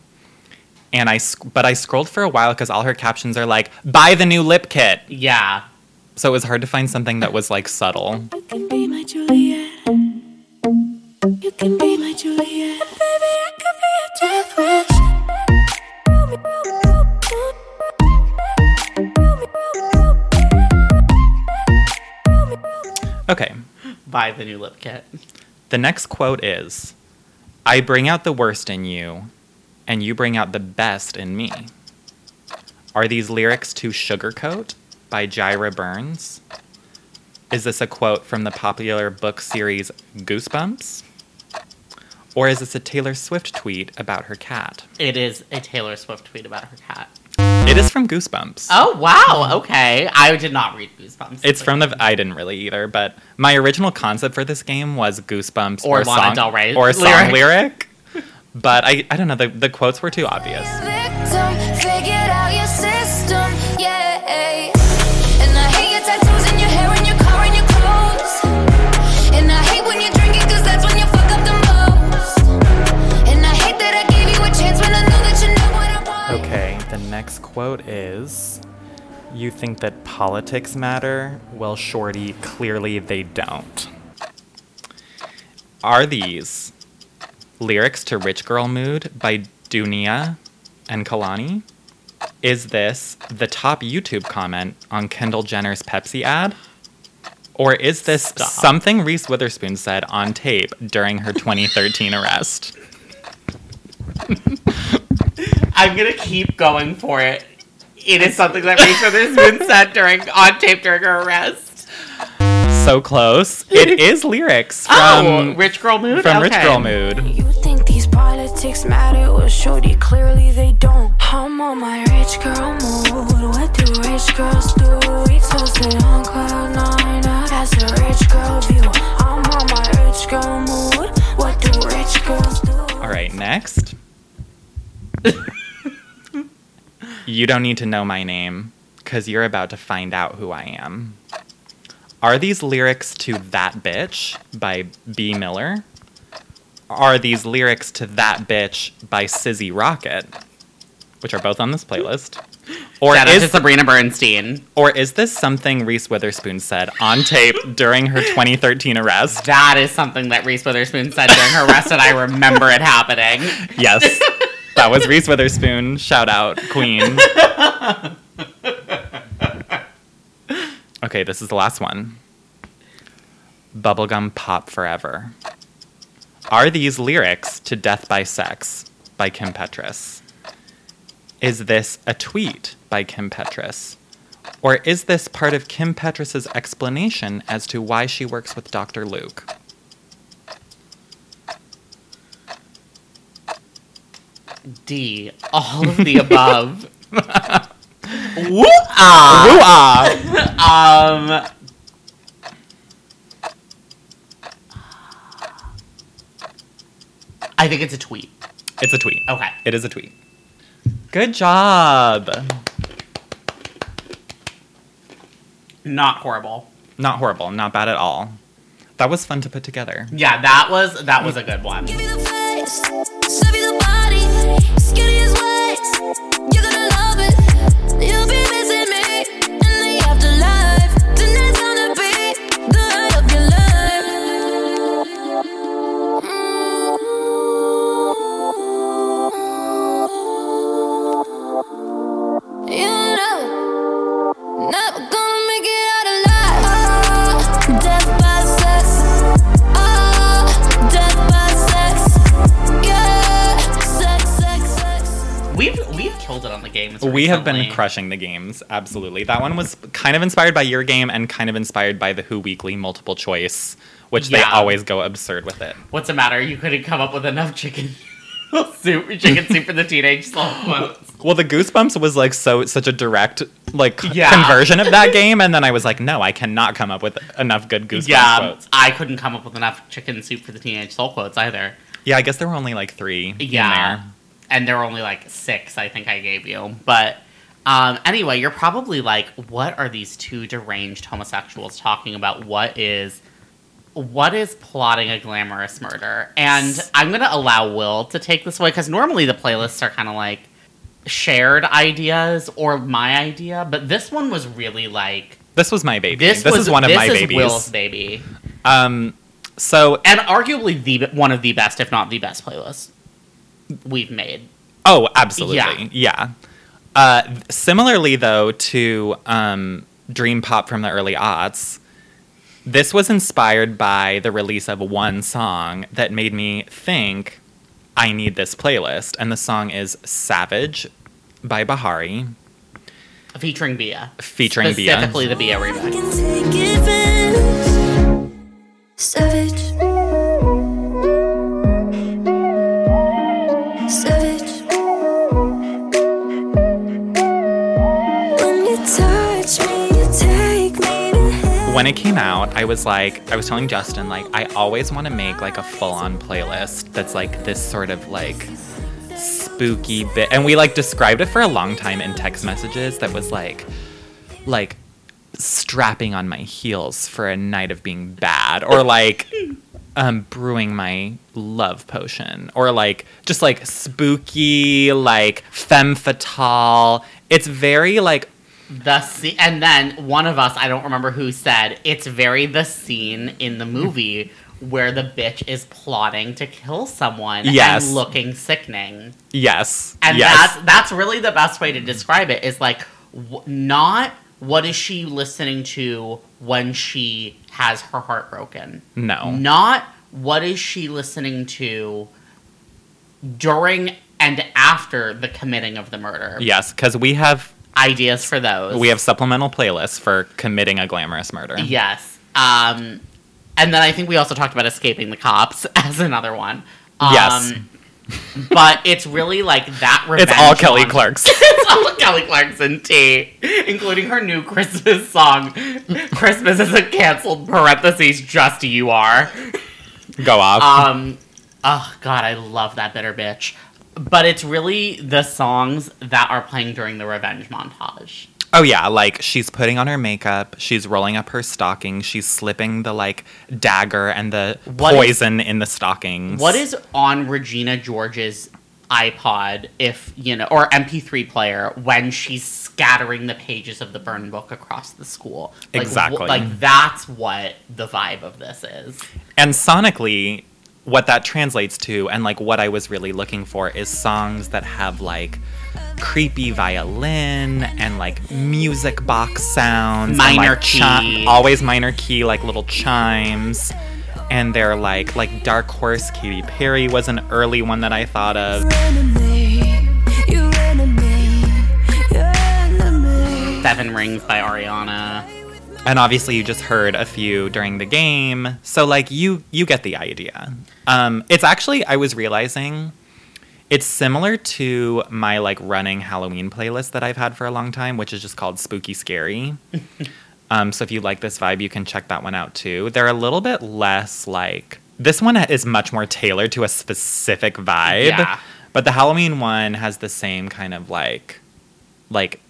Speaker 3: And I, sc- but I scrolled for a while because all her captions are like, buy the new lip kit.
Speaker 2: yeah.
Speaker 3: So it was hard to find something that was like subtle.
Speaker 5: You can be my Juliet. You can be my Juliet. Baby, I could be a death wish.
Speaker 3: Okay.
Speaker 2: Buy the new lip kit.
Speaker 3: The next quote is I bring out the worst in you, and you bring out the best in me. Are these lyrics to Sugarcoat by Gyra Burns? Is this a quote from the popular book series Goosebumps? Or is this a Taylor Swift tweet about her cat?
Speaker 2: It is a Taylor Swift tweet about her cat.
Speaker 3: It is from Goosebumps.
Speaker 2: Oh wow. Okay, I did not read Goosebumps.
Speaker 3: It's from the. I didn't really either, but my original concept for this game was Goosebumps
Speaker 2: Or
Speaker 3: or,
Speaker 2: Lana
Speaker 3: song
Speaker 2: Del Rey
Speaker 3: or
Speaker 2: lyric.
Speaker 3: song lyric. But I, I don't know. The, the quotes were too obvious.
Speaker 4: Victim, figured out your system, yeah. And I hate your tattoos and your hair and your car and your clothes. And I hate when you drink it, cause that's when you fuck up the most. And I hate that I gave you a chance when I know that you know what I want.
Speaker 3: Okay, the next quote is You think that politics matter? Well, Shorty, clearly they don't. Are these lyrics to Rich Girl Mood by Dunia and Kalani? Is this the top YouTube comment on Kendall Jenner's Pepsi ad? Or is this something Reese Witherspoon said on tape during her 2013 arrest?
Speaker 2: I'm gonna keep going for it. It is something that Reese Witherspoon said during on tape during her arrest.
Speaker 3: So close. It is lyrics from
Speaker 2: Oh, rich girl mood.
Speaker 3: from Rich
Speaker 2: Okay.
Speaker 3: Girl Mood.
Speaker 5: You think these politics matter? Well, shorty, clearly they don't. I'm on my rich girl mood. What do rich girls do? We toasted on cloud nine. uh, That's a rich girl view. I'm on my rich girl mood. What do rich girls do?
Speaker 3: All right, next. you don't need to know my name because you're about to find out who I am. Are these lyrics to That Bitch by B. Miller? Are these lyrics to That Bitch by Sizzy Rocket, which are both on this playlist? Or
Speaker 2: Shout out to
Speaker 3: is,
Speaker 2: Sabrina Bernstein.
Speaker 3: or is this something Reese Witherspoon said on tape during her 2013 arrest?
Speaker 2: That is something that Reese Witherspoon said during her arrest, and I remember it happening.
Speaker 3: Yes. That was Reese Witherspoon. Shout out, Queen. Okay, this is the last one. Bubblegum Pop Forever. Are these lyrics to Death by Sex by Kim Petras? Is this a tweet by Kim Petras? Or is this part of Kim Petras' explanation as to why she works with Dr. Luke?
Speaker 2: D, all of the above. Woo
Speaker 3: Ooh-ah.
Speaker 2: Um. I think it's a tweet.
Speaker 3: It's a tweet.
Speaker 2: Okay.
Speaker 3: It is a tweet. Good job.
Speaker 2: Not horrible.
Speaker 3: Not horrible. Not bad at all. That was fun to put together.
Speaker 2: Yeah, that was that was a good one.
Speaker 4: Give me the face, serve you the body, skinny as waist. You're gonna love it. You'll be missing me in the afterlife. Tonight's gonna be the night of your life. You know. Never gonna make it out alive. Death by sex. Oh, death by sex. Yeah, sex, sex, sex.
Speaker 2: We've we've killed it on the games.
Speaker 3: We have been
Speaker 2: recently.
Speaker 3: crushing the games, absolutely. That one was kind of inspired by your game and kind of inspired by the Who Weekly multiple choice, which they
Speaker 2: Yeah.
Speaker 3: always go absurd with it.
Speaker 2: What's the matter? You couldn't come up with enough chicken soup, chicken soup for the teenage soul.
Speaker 3: Well, the Goosebumps was like so such a direct like c-
Speaker 2: Yeah.
Speaker 3: conversion of that game, and then I was like, no, I cannot come up with enough good Goosebumps
Speaker 2: Yeah,
Speaker 3: quotes.
Speaker 2: I couldn't come up with enough chicken soup for the teenage soul quotes either.
Speaker 3: Yeah, I guess there were only like three. in
Speaker 2: Yeah.
Speaker 3: there.
Speaker 2: And there were only like six, I think I gave you. But um, anyway, you're probably like, what are these two deranged homosexuals talking about? What is. What is plotting a glamorous murder? And I'm going to allow Will to take this away because normally the playlists are kind of like shared ideas or my idea, but this one was really like
Speaker 3: This was my baby.
Speaker 2: this.
Speaker 3: This,
Speaker 2: was,
Speaker 3: is one of
Speaker 2: this
Speaker 3: my
Speaker 2: is
Speaker 3: babies.
Speaker 2: Will's baby,
Speaker 3: Um, so
Speaker 2: and arguably the one of the best, if not the best, playlist we've made.
Speaker 3: Oh, absolutely. Yeah. Uh, th- similarly, though, to um, Dream Pop from the early aughts, this was inspired by the release of one song that made me think I need this playlist. And the song is Savage by Bahari
Speaker 2: featuring Bia.
Speaker 3: featuring Bia.
Speaker 2: Specifically the Bia
Speaker 4: I
Speaker 2: remix.
Speaker 4: can take advantage. Savage. Savage. When you touch me, you take me to heaven.
Speaker 3: When it came out, I was like, I was telling Justin, like, I always want to make like a full on playlist that's like this sort of like spooky bit. And we like described it for a long time in text messages that was like, like, strapping on my heels for a night of being bad or like um brewing my love potion or like just like spooky like femme fatale it's very like
Speaker 2: The sce- and then one of us, I don't remember who said, it's very the scene in the movie where the bitch is plotting to kill someone
Speaker 3: Yes.
Speaker 2: and looking sickening.
Speaker 3: yes
Speaker 2: And
Speaker 3: yes
Speaker 2: that's that's really the best way to describe it is like w- not what is she listening to when she has her heart broken.
Speaker 3: no
Speaker 2: Not what is she listening to during and after the committing of the murder.
Speaker 3: Yes, because we have
Speaker 2: Ideas for those.
Speaker 3: we have supplemental playlists for committing a glamorous murder.
Speaker 2: Yes. Um, and then I think we also talked about escaping the cops as another one. Um,
Speaker 3: Yes.
Speaker 2: but it's really like that. Revenge
Speaker 3: It's all Kelly
Speaker 2: on-
Speaker 3: Clark's.
Speaker 2: it's all Kelly Clarkson tea, including her new Christmas song. Christmas is a canceled parentheses. Just you are.
Speaker 3: Go off.
Speaker 2: Um, oh god, I love that bitter bitch. But it's really the songs that are playing during the revenge montage.
Speaker 3: oh yeah, like she's putting on her makeup, she's rolling up her stocking, she's slipping the like dagger and the
Speaker 2: What is-
Speaker 3: poison in the stockings.
Speaker 2: What is on Regina George's iPod, if you know, or MP3 player when she's scattering the pages of the burn book across the school? Like, wh-
Speaker 3: Exactly.
Speaker 2: like that's what the vibe of this is.
Speaker 3: and sonically what that translates to and like what I was really looking for is songs that have like creepy violin and like music box sounds and,
Speaker 2: Minor
Speaker 3: like, chi-
Speaker 2: key.
Speaker 3: always minor key like little chimes and they're like like dark horse Katy Perry was an early one that I thought of
Speaker 4: enemy, your enemy, your enemy.
Speaker 2: Seven Rings by Ariana.
Speaker 3: and obviously you just heard a few during the game so like you you get the idea um it's actually i was realizing It's similar to my like running Halloween playlist that I've had for a long time, which is just called Spooky Scary. um, so if you like this vibe, you can check that one out too. They're a little bit less like this one is much more tailored to a specific vibe.
Speaker 2: Yeah.
Speaker 3: But the Halloween one has the same kind of like like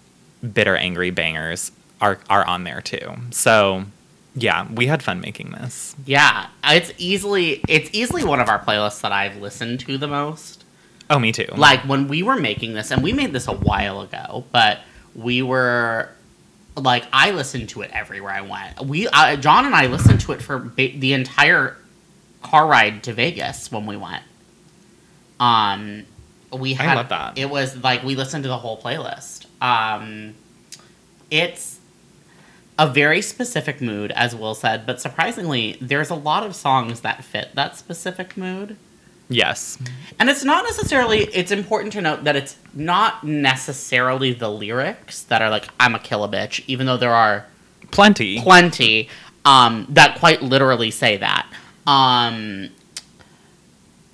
Speaker 3: bitter angry bangers are are on there too. So yeah, we had fun making this.
Speaker 2: Yeah, it's easily it's easily one of our playlists that I've listened to the most.
Speaker 3: Oh, me too.
Speaker 2: Like when we were making this, and we made this a while ago, but we were like I listened to it everywhere I went. We uh, John and I listened to it for ba- the entire car ride to Vegas when we went. Um, we
Speaker 3: I
Speaker 2: had
Speaker 3: love that.
Speaker 2: it was like we listened to the whole playlist. Um, it's a very specific mood, as Will said, but surprisingly, there's a lot of songs that fit that specific mood.
Speaker 3: yes.
Speaker 2: And it's not necessarily, it's important to note that it's not necessarily the lyrics that are like, I'm a killer bitch, even though there are
Speaker 3: Plenty.
Speaker 2: plenty um, that quite literally say that. Um,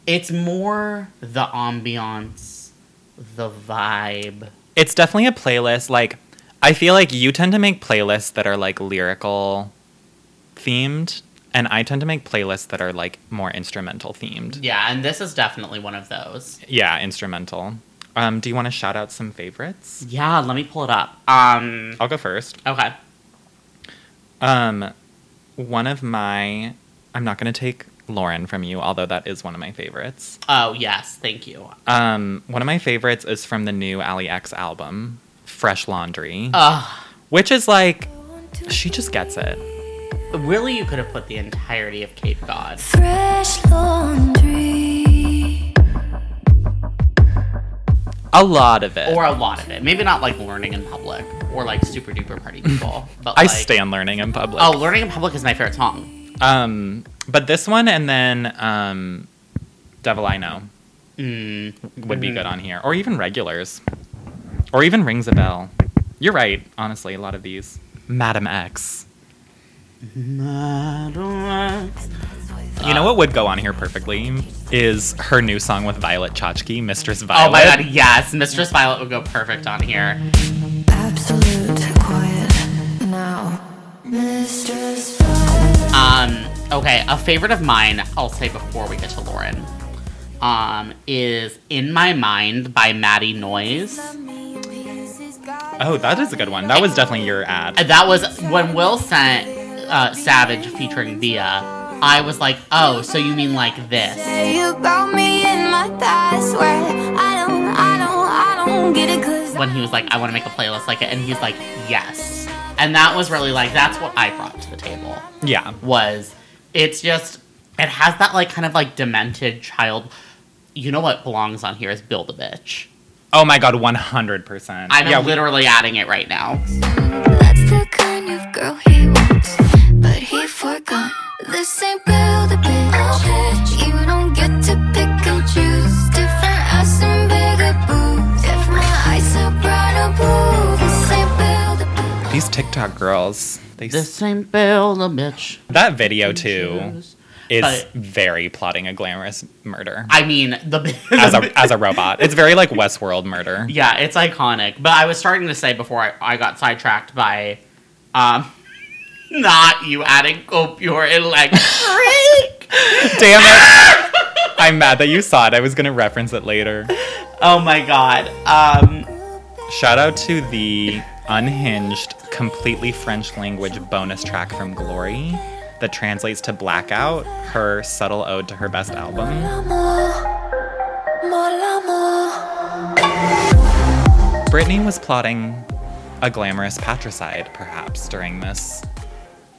Speaker 2: it's more the ambiance, the vibe.
Speaker 3: it's definitely a playlist like I feel like you tend to make playlists that are like lyrical themed and I tend to make playlists that are like more instrumental themed.
Speaker 2: Yeah, and this is definitely one of those.
Speaker 3: Yeah, instrumental. Um do you want to shout out some favorites?
Speaker 2: Yeah, let me pull it up. Um,
Speaker 3: I'll go first.
Speaker 2: okay.
Speaker 3: Um, one of my, I'm not gonna take Lauren from you, although that is one of my favorites.
Speaker 2: Oh, yes, thank you.
Speaker 3: Um, one of my favorites is from the new Ali X album, Fresh Laundry,
Speaker 2: Ugh,
Speaker 3: which is like, she just gets it.
Speaker 2: really, you could have put the entirety of Cape God.
Speaker 4: Fresh laundry.
Speaker 3: A lot of it.
Speaker 2: or a lot of it. Maybe not like learning in public or like super duper party people, but
Speaker 3: I
Speaker 2: like,
Speaker 3: stand learning in public.
Speaker 2: Oh, learning in public is my favorite song.
Speaker 3: Um, but this one and then um, Devil I Know
Speaker 2: Mm,
Speaker 3: would be good on here, or even regulars, or even Rings a Bell. You're right. Honestly, a lot of these. Madam X. You know what would go on here perfectly is her new song with Violet Chachki, Mistress Violet.
Speaker 2: oh my god, yes, Mistress Violet would go perfect on here.
Speaker 5: Absolute quiet now.
Speaker 4: Mistress Violet.
Speaker 2: Um, okay, a favorite of mine, I'll say before we get to Lauren, um, is In My Mind by Maddie Noise.
Speaker 3: Oh, that is a good one. That was definitely your ad.
Speaker 2: And that was when Will sent uh, Savage featuring Via. I was like, oh, so you mean like this?
Speaker 4: You got me in my password. I don't, I don't, I don't get it cause
Speaker 2: when he was like, I want to make a playlist like it, and he's like, yes. And that was really like that's what I brought to the table
Speaker 3: Yeah.
Speaker 2: was it's just it has that like kind of like demented child. You know what belongs on here is build a bitch.
Speaker 3: Oh my god, 100%.
Speaker 2: I'm
Speaker 3: yeah, we-
Speaker 2: literally adding it right now.
Speaker 4: That's the kind of girl he wants, but he forgot. This ain't build a bitch. You don't get to pick and choose. Different ass and bigger boobs. If my eyes are bright or blue, this ain't build a bitch.
Speaker 3: These TikTok girls. They s-
Speaker 2: This ain't build a bitch.
Speaker 3: that video too is
Speaker 2: But-
Speaker 3: very plotting a glamorous murder
Speaker 2: I mean the
Speaker 3: as a as a robot. It's very like Westworld murder.
Speaker 2: yeah, it's iconic. But I was starting to say before I, I got sidetracked by, um, not you adding copior in like freak.
Speaker 3: Damn it. I'm mad that you saw it. I was going to reference it later.
Speaker 2: Oh my god. Um.
Speaker 3: Shout out to the unhinged, completely French language bonus track from Glory that translates to Blackout, her subtle ode to her best album.
Speaker 4: More l'amour.
Speaker 3: Brittany was plotting a glamorous patricide, perhaps, during this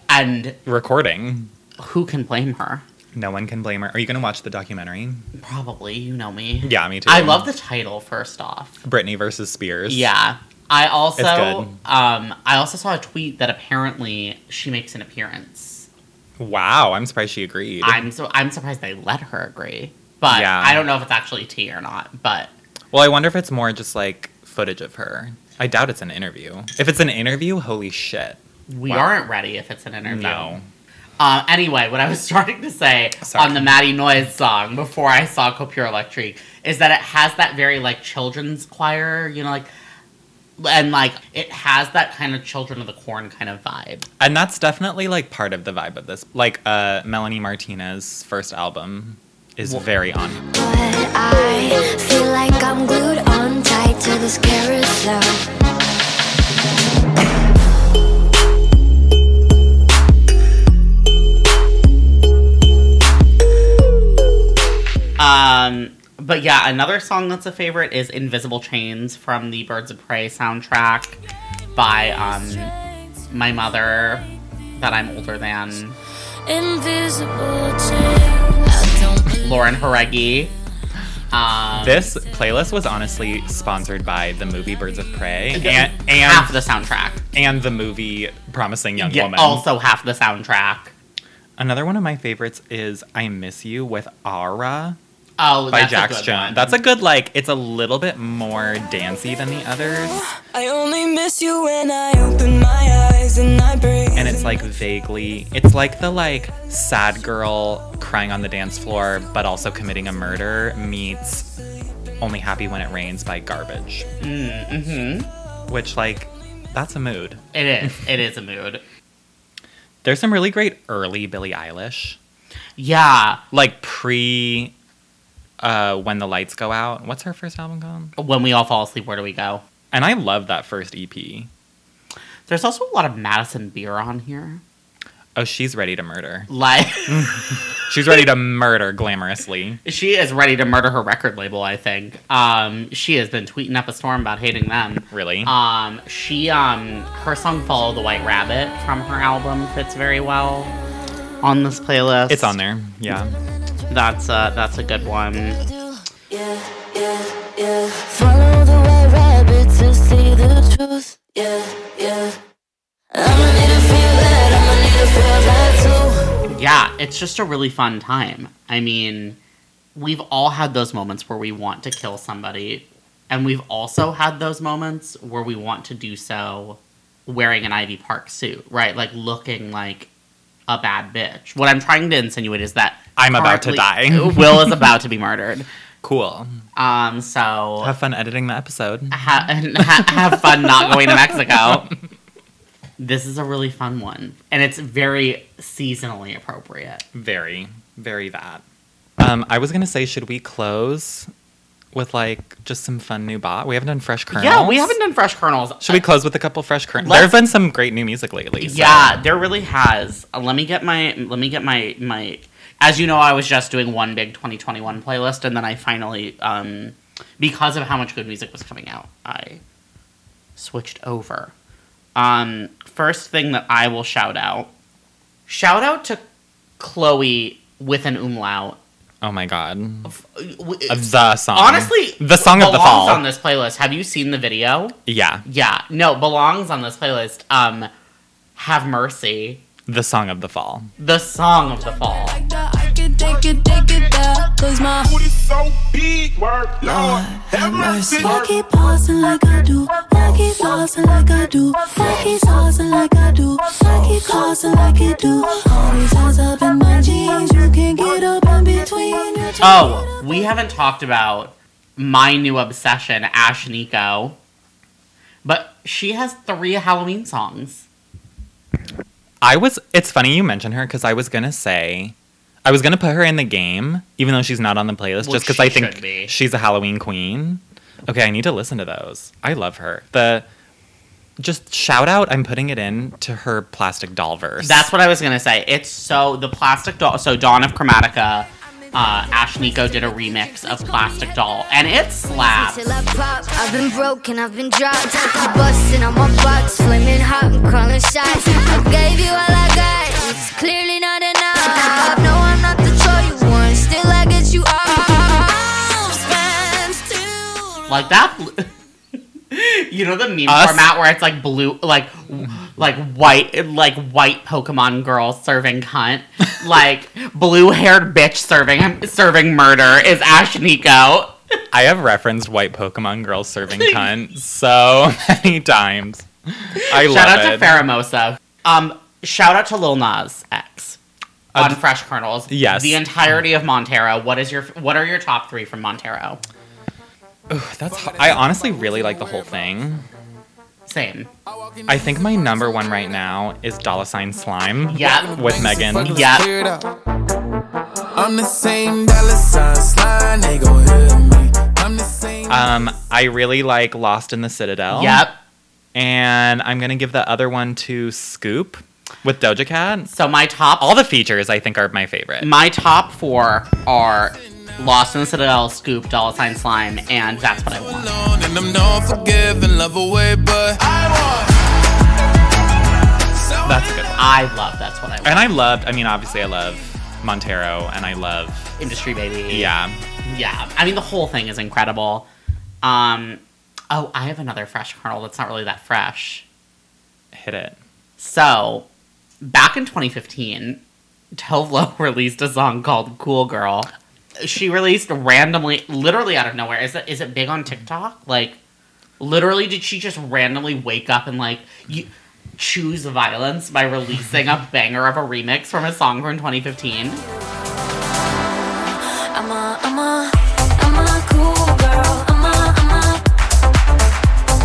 Speaker 2: And
Speaker 3: recording.
Speaker 2: who can blame her?
Speaker 3: No one can blame her. Are you going to watch the documentary?
Speaker 2: Probably, you know me.
Speaker 3: Yeah, me too.
Speaker 2: I love the title first off.
Speaker 3: Brittany versus Spears.
Speaker 2: Yeah. I also
Speaker 3: good.
Speaker 2: um I also saw a tweet that apparently she makes an appearance.
Speaker 3: Wow, I'm surprised she agreed.
Speaker 2: I'm so I'm surprised they let her agree. But
Speaker 3: Yeah.
Speaker 2: I don't know if it's actually tea or not, but
Speaker 3: Well, I wonder if it's more just like footage of her. I doubt it's an interview. If it's an interview, holy shit.
Speaker 2: we
Speaker 3: Wow.
Speaker 2: aren't ready if it's an interview.
Speaker 3: No.
Speaker 2: Uh, anyway, what I was starting to say
Speaker 3: Sorry.
Speaker 2: on the Maddie Noise song before I saw Copure Electric is that it has that very like children's choir, you know, like and like it has that kind of Children of the Corn kind of vibe.
Speaker 3: And that's definitely like part of the vibe of this. Like uh Melanie Martinez's first album is very on.
Speaker 4: But I feel like I'm glued on tight to this carousel.
Speaker 2: Um, but yeah, another song that's a favorite is Invisible Chains from the Birds of Prey soundtrack by um my mother that I'm older than
Speaker 5: Invisible chains. I don't believe
Speaker 2: Lauren Horegi. Um,
Speaker 3: This playlist was honestly sponsored by the movie Birds of Prey
Speaker 2: the-
Speaker 3: and
Speaker 2: half
Speaker 3: and,
Speaker 2: the soundtrack.
Speaker 3: and the movie Promising Young
Speaker 2: Yeah,
Speaker 3: Woman.
Speaker 2: also half the soundtrack.
Speaker 3: Another one of my favorites is I Miss You with Ara
Speaker 2: Oh,
Speaker 3: by
Speaker 2: that's a
Speaker 3: Jax
Speaker 2: good
Speaker 3: Jones.
Speaker 2: one.
Speaker 3: That's a good like it's a little bit more dancey than the others.
Speaker 5: I only miss you when I open my eyes and I breathe.
Speaker 3: and it's like vaguely it's like the like sad girl crying on the dance floor but also committing a murder meets only happy when it rains by garbage
Speaker 2: Mm-hmm.
Speaker 3: which like that's a mood
Speaker 2: It is. It is a mood.
Speaker 3: there's some really great early billie eilish
Speaker 2: Yeah.
Speaker 3: like pre uh when the lights go out what's her first album called
Speaker 2: When we all fall asleep, where do we go?
Speaker 3: and i love that first E ep
Speaker 2: There's also a lot of Madison Beer on here.
Speaker 3: oh she's ready to murder
Speaker 2: Like
Speaker 3: she's ready to murder glamorously
Speaker 2: she is ready to murder her record label. I think. Um, she has been tweeting up a storm about hating them.
Speaker 3: really
Speaker 2: Um, she um, her song "Follow the White Rabbit" from her album fits very well on this playlist.
Speaker 3: it's on there yeah
Speaker 2: That's uh, that's a good one.
Speaker 5: Yeah, yeah, yeah. Follow the white rabbit to see the truth. Yeah, yeah. I'ma need to feel that. I'ma need to feel that too.
Speaker 2: Yeah, it's just a really fun time. I mean, we've all had those moments where we want to kill somebody, and we've also had those moments where we want to do so wearing an Ivy Park suit, right? Like looking like a bad bitch. What I'm trying to insinuate is that
Speaker 3: I'm about to
Speaker 2: currently-
Speaker 3: die.
Speaker 2: Will is about to be murdered.
Speaker 3: cool
Speaker 2: Um, so
Speaker 3: have fun editing the episode
Speaker 2: ha- and ha- have fun not going to Mexico. This is a really fun one, and it's very seasonally appropriate.
Speaker 3: Very, very that. Um, I was gonna say, should we close with like just some fun new bot? We haven't done fresh kernels.
Speaker 2: Yeah, we haven't done fresh kernels.
Speaker 3: Should we close with a couple fresh kernels?
Speaker 2: Let's-
Speaker 3: There have been some great new music lately. so-
Speaker 2: Yeah, there really has. Uh, let me get my. Let me get my my. As you know, I was just doing one big 2021 playlist, and then I finally, um, because of how much good music was coming out, I switched over. Um, first thing that I will shout out, shout out to Chloe with an umlaut. Uh,
Speaker 3: Oh my god.
Speaker 2: W-
Speaker 3: Of the song.
Speaker 2: Honestly,
Speaker 3: the song of the
Speaker 2: belongs
Speaker 3: fall.
Speaker 2: on this playlist. Have you seen the video?
Speaker 3: yeah,
Speaker 2: Yeah, no, belongs on this playlist. Um, have mercy.
Speaker 3: the song of the fall.
Speaker 2: The song of the fall.
Speaker 5: Like that, I can take it, take it there. Cause my
Speaker 1: Booty so big, word, Lord, have mercy.
Speaker 5: I keep pausing like I do. I keep pausing like I do. I keep pausing like I do. I keep pausing like you do. All these hands up in my jeans. You can get up in between. You just
Speaker 2: Oh, we haven't talked about my new obsession, Ash Nico. But she has three Halloween songs.
Speaker 3: I was. It's funny you mention her because I was gonna say. I was gonna put her in the game, even though she's not on the playlist,
Speaker 2: Well,
Speaker 3: just because
Speaker 2: she
Speaker 3: I
Speaker 2: should
Speaker 3: think
Speaker 2: be.
Speaker 3: she's a Halloween queen. Okay, I need to listen to those. I love her. The just shout out. I'm putting it in to her plastic doll verse.
Speaker 2: That's what I was gonna say. It's so the plastic doll. So Dawn of Chromatica, uh, Ash Nico did a remix of Plastic Doll, and it slaps.
Speaker 4: Till I pop, I've been broken, I've been dropped. I keep busting on my box, flaming hot and calling shots. I gave you all I got, it's clearly not enough. No, I'm not the toy you want, still I get you off.
Speaker 2: Like that. bl- You know the meme
Speaker 3: Us?
Speaker 2: format where it's like blue, like like white, like white Pokemon girl serving cunt, like blue haired bitch serving serving murder is Ash Nico.
Speaker 3: I have referenced white Pokemon girls serving cunt so many times. I
Speaker 2: Shout
Speaker 3: love
Speaker 2: out
Speaker 3: it.
Speaker 2: to Faramosa. Um, shout out to Lil Nas X
Speaker 3: Uh,
Speaker 2: on Fresh Kernels.
Speaker 3: yes.
Speaker 2: The entirety of Montero. What is your What are your top three from Montero?
Speaker 3: That's h- I honestly really like the whole thing.
Speaker 2: Same.
Speaker 3: I think my number one right now is Dollar Sign Slime.
Speaker 2: Yeah.
Speaker 3: With Megan.
Speaker 2: Yeah.
Speaker 1: I'm the same dollar sign slime, they gon' hit me. I'm the same.
Speaker 3: Um, I really like Lost in the Citadel.
Speaker 2: Yep.
Speaker 3: And I'm gonna give the other one to Scoop with Doja Cat.
Speaker 2: So my top
Speaker 3: All the features I think are my favorite.
Speaker 2: my top four are Lost in the Citadel, Scoop, Dollar Sign Slime, and That's What I Want.
Speaker 1: alone and I'm not forgiving love away, but I want.
Speaker 3: That's a good one.
Speaker 2: I love That's What I Want.
Speaker 3: And I loved. I mean, obviously, I love Montero, and I love.
Speaker 2: Industry Baby.
Speaker 3: Yeah.
Speaker 2: Yeah. I mean, the whole thing is incredible. Um, oh, I have another fresh kernel that's not really that fresh.
Speaker 3: Hit it.
Speaker 2: So, back in 2015, Tovlo released a song called Cool Girl. She released randomly, literally out of nowhere. Is it, is it big on TikTok? Like, literally, did she just randomly wake up and, like, you, choose violence by releasing a banger of a remix from a song from 2015?
Speaker 5: I'm a, I'm a, I'm a cool girl. I'm a, I'm a,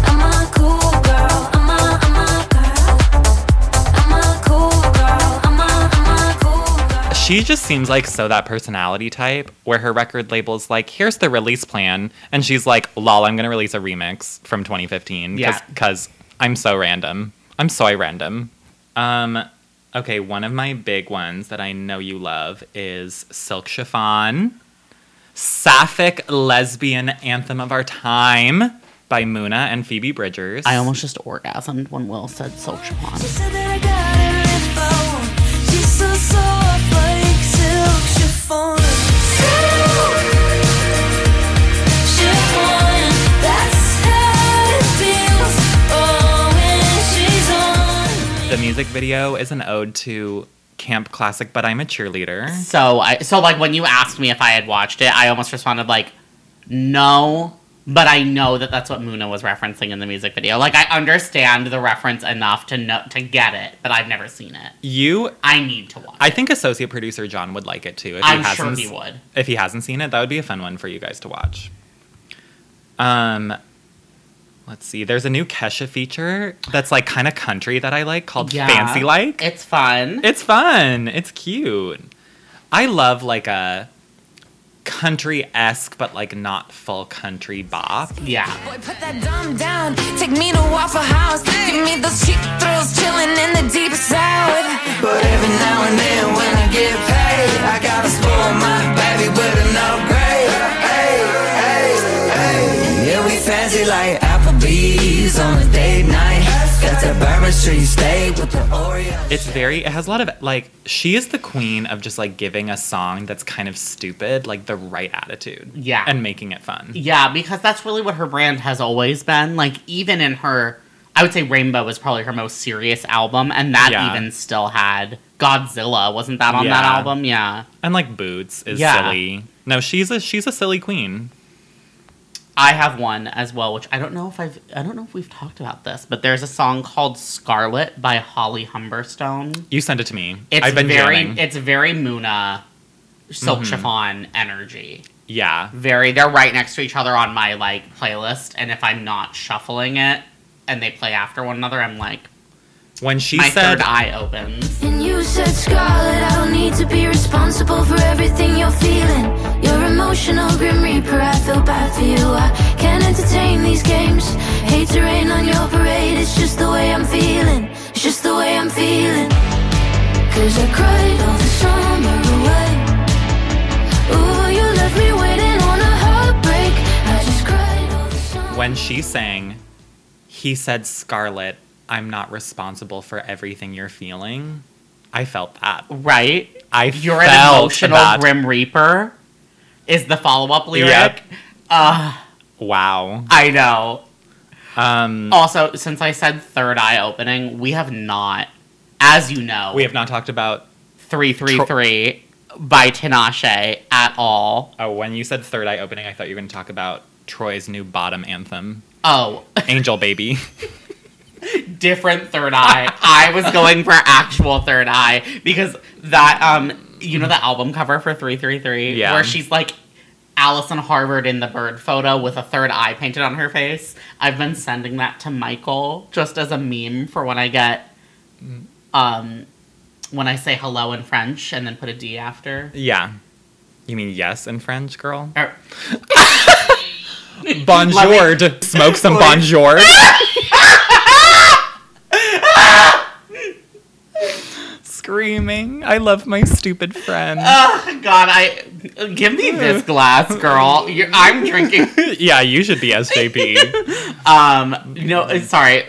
Speaker 5: I'm a cool girl. I'm a, I'm a girl. I'm a cool girl. I'm a, I'm a cool girl.
Speaker 3: She just seems like so that personality type where her record label's like, here's the release plan. And she's like, lol, I'm going to release a remix from 2015
Speaker 2: Yeah.
Speaker 3: because I'm so random. I'm so random. Um, okay, one of my big ones that I know you love is Silk Chiffon, Sapphic Lesbian Anthem of Our Time by Muna and Phoebe Bridgers.
Speaker 2: I almost just orgasmed when Will said Silk Chiffon.
Speaker 5: She said that I got it if I want. She's so soft like silk chiffon. Silk chiffon. That's how it feels. Oh, when she's on.
Speaker 3: The music video is an ode to camp classic, but I'm a cheerleader.
Speaker 2: So I so like when you asked me if I had watched it, I almost responded like, no, but I know that that's what Muna was referencing in the music video. Like I understand the reference enough to know to get it, but I've never seen it.
Speaker 3: You
Speaker 2: I need to watch.
Speaker 3: I think associate producer John would like it too. If
Speaker 2: I'm sure
Speaker 3: hasn't,
Speaker 2: he would.
Speaker 3: If he hasn't seen it, that would be a fun one for you guys to watch. Um, let's see. There's a new Kesha feature that's like kind of country that I like called
Speaker 2: Yeah.
Speaker 3: Fancy Like.
Speaker 2: It's fun.
Speaker 3: It's fun. It's cute. I love like a country esque but like not full country bop.
Speaker 2: yeah.
Speaker 5: Boy, put that dumb down. Take me to Waffle House. Give me those cheap thrills, chilling in the deep south.
Speaker 1: But every now and then when I get paid, I gotta spoil my baby with an upgrade. Hey, hey, hey. Yeah, we fancy like Applebee's on a date night. Got the Bourbon Street steak with the Oreo.
Speaker 3: It's very. It has a lot of like. She is the queen of just like giving a song that's kind of stupid like the right attitude.
Speaker 2: Yeah.
Speaker 3: And making it fun.
Speaker 2: Yeah, because that's really what her brand has always been. Like even in her I would say Rainbow was probably her most serious album, and that
Speaker 3: Yeah.
Speaker 2: even still had Godzilla. Wasn't that on that
Speaker 3: Yeah.
Speaker 2: album? Yeah.
Speaker 3: And like boots is
Speaker 2: Yeah.
Speaker 3: silly. No, she's a she's a silly queen.
Speaker 2: I have one as well, which I don't know if I've I don't know if we've talked about this, but there's a song called Scarlet by Holly Humberstone.
Speaker 3: You sent it to me.
Speaker 2: It's
Speaker 3: I've been
Speaker 2: very
Speaker 3: jamming. Mm-hmm.
Speaker 2: it's very Muna Silk Chiffon energy.
Speaker 3: yeah.
Speaker 2: Very they're right next to each other on my like playlist, and if I'm not shuffling it and they play after one another, I'm like
Speaker 3: When she
Speaker 2: my
Speaker 3: said
Speaker 2: third eye opens.
Speaker 5: And you said, Scarlet, I don't need to be responsible for everything you're feeling. You're emotional, Grim Reaper, I feel bad for you. I can't entertain these games. Hate to rain on your parade, it's just the way I'm feeling. It's just the way I'm feeling. Cause I cried all the summer away. Ooh, you left me waiting on a heartbreak. I just cried all the summer
Speaker 3: when she sang, he said Scarlet, I'm not responsible for everything you're feeling. I felt that.
Speaker 2: Right?
Speaker 3: I
Speaker 2: You're an
Speaker 3: felt
Speaker 2: emotional
Speaker 3: that.
Speaker 2: Grim Reaper is the follow up lyric.
Speaker 3: Yep.
Speaker 2: Uh,
Speaker 3: Wow.
Speaker 2: I know.
Speaker 3: Um
Speaker 2: Also, since I said third eye opening, we have not, as you know,
Speaker 3: we have not talked about
Speaker 2: three three three by Tinashe at all.
Speaker 3: oh when you said third eye opening, I thought you were gonna talk about Troy's new bottom anthem,
Speaker 2: Oh,
Speaker 3: Angel Baby.
Speaker 2: different third eye. I was going for actual third eye because that um you know the album cover for 333
Speaker 3: Yeah.
Speaker 2: where she's like Allison Harvard in the bird photo with a third eye painted on her face. I've been sending that to Michael just as a meme for when I get um when I say hello in French and then put a D after. Er,
Speaker 3: Yeah. You mean yes in French, girl?
Speaker 2: Or-
Speaker 3: Bonjour. Smoke some bonjour. Screaming. I love my stupid friend.
Speaker 2: Oh God! I give me this glass, girl. You're, I'm drinking.
Speaker 3: yeah, you should be SJP.
Speaker 2: Um, no, uh, sorry.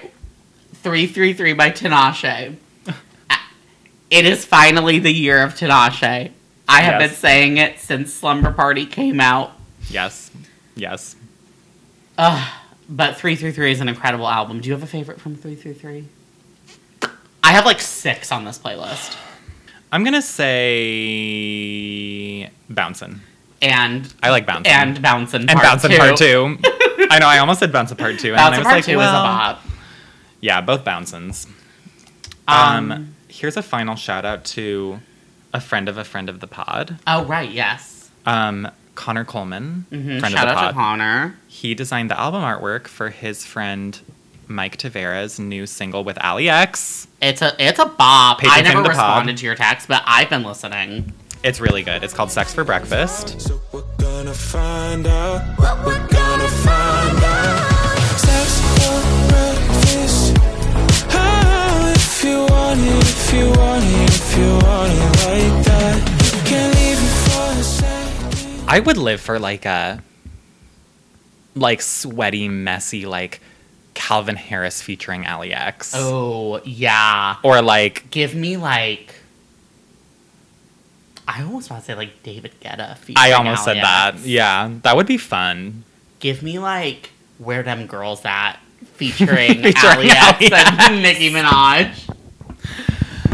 Speaker 2: 333 by Tinashe. It is finally the year of Tinashe. I have
Speaker 3: Yes.
Speaker 2: been saying it since Slumber Party came out.
Speaker 3: yes. Yes.
Speaker 2: Ugh, but 333 is an incredible album. Do you have a favorite from 333? I have like six on this playlist.
Speaker 3: I'm going to say Bouncin'.
Speaker 2: And
Speaker 3: I like Bouncin'.
Speaker 2: and Bouncin'
Speaker 3: and
Speaker 2: Part
Speaker 3: Bouncin'
Speaker 2: two.
Speaker 3: Part 2. I know, I almost said Bouncin' Part 2. And then I
Speaker 2: Bouncin'
Speaker 3: was
Speaker 2: Part
Speaker 3: like,
Speaker 2: 2 is a
Speaker 3: well,
Speaker 2: bop.
Speaker 3: Yeah, both Bouncins. Um,
Speaker 2: Um,
Speaker 3: here's a final shout out to a friend of a friend of the pod,
Speaker 2: oh, right, yes.
Speaker 3: um, Connor Coleman,
Speaker 2: Mhm,
Speaker 3: friend
Speaker 2: Shout
Speaker 3: of
Speaker 2: out
Speaker 3: the pod.
Speaker 2: to Connor.
Speaker 3: He designed the album artwork for his friend Mike Tavera's new single with Ali X.
Speaker 2: It's a it's a bop.
Speaker 3: Patrons
Speaker 2: I never
Speaker 3: in the pod.
Speaker 2: responded to your text, but I've been listening.
Speaker 3: It's really good. It's called Sex for Breakfast.
Speaker 1: So we're gonna find out. What we're gonna find out. Sex for breakfast. Oh, if you want it, if you want it, if you want it like that. Can't leave it for a second.
Speaker 3: I would live for like a like sweaty, messy, like Calvin Harris featuring Ali X.
Speaker 2: Oh yeah.
Speaker 3: Or like
Speaker 2: Give me like I almost want to say like David Guetta. featuring
Speaker 3: I almost said
Speaker 2: Ally
Speaker 3: that.
Speaker 2: X.
Speaker 3: Yeah. That would be fun.
Speaker 2: Give me like where them girls at featuring,
Speaker 3: Featuring
Speaker 2: Ally X
Speaker 3: Ally
Speaker 2: and Nicki Minaj.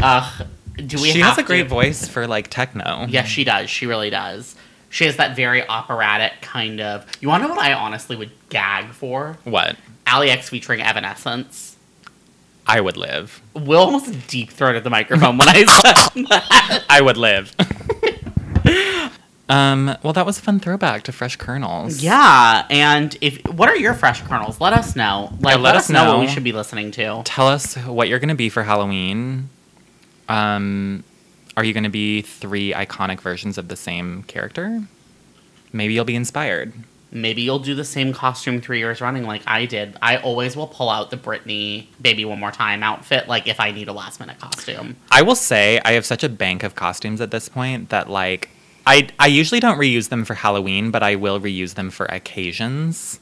Speaker 2: Ugh. Do we?
Speaker 3: she
Speaker 2: have
Speaker 3: has a great
Speaker 2: to-
Speaker 3: voice for like techno.
Speaker 2: Yes, she does. She really does. She has that very operatic kind of. You want to know what I honestly would gag for?
Speaker 3: What?
Speaker 2: Ally X featuring Evanescence.
Speaker 3: I would live.
Speaker 2: Will almost deep throated the microphone when I said that.
Speaker 3: I would live. um, well, that was a fun throwback to Fresh Kernels.
Speaker 2: Yeah, and if what are your fresh kernels? Let us know. Like,
Speaker 3: Yeah,
Speaker 2: let, us know. what we should be listening to.
Speaker 3: Tell us what you're going to be for Halloween. Um, are you going to be three iconic versions of the same character? Maybe you'll be inspired.
Speaker 2: Maybe you'll do the same costume three years running, like I did. I always will pull out the Britney "Baby One More Time" outfit, like if I need a last minute costume.
Speaker 3: I will say I have such a bank of costumes at this point that like I I usually don't reuse them for Halloween, but I will reuse them for occasions.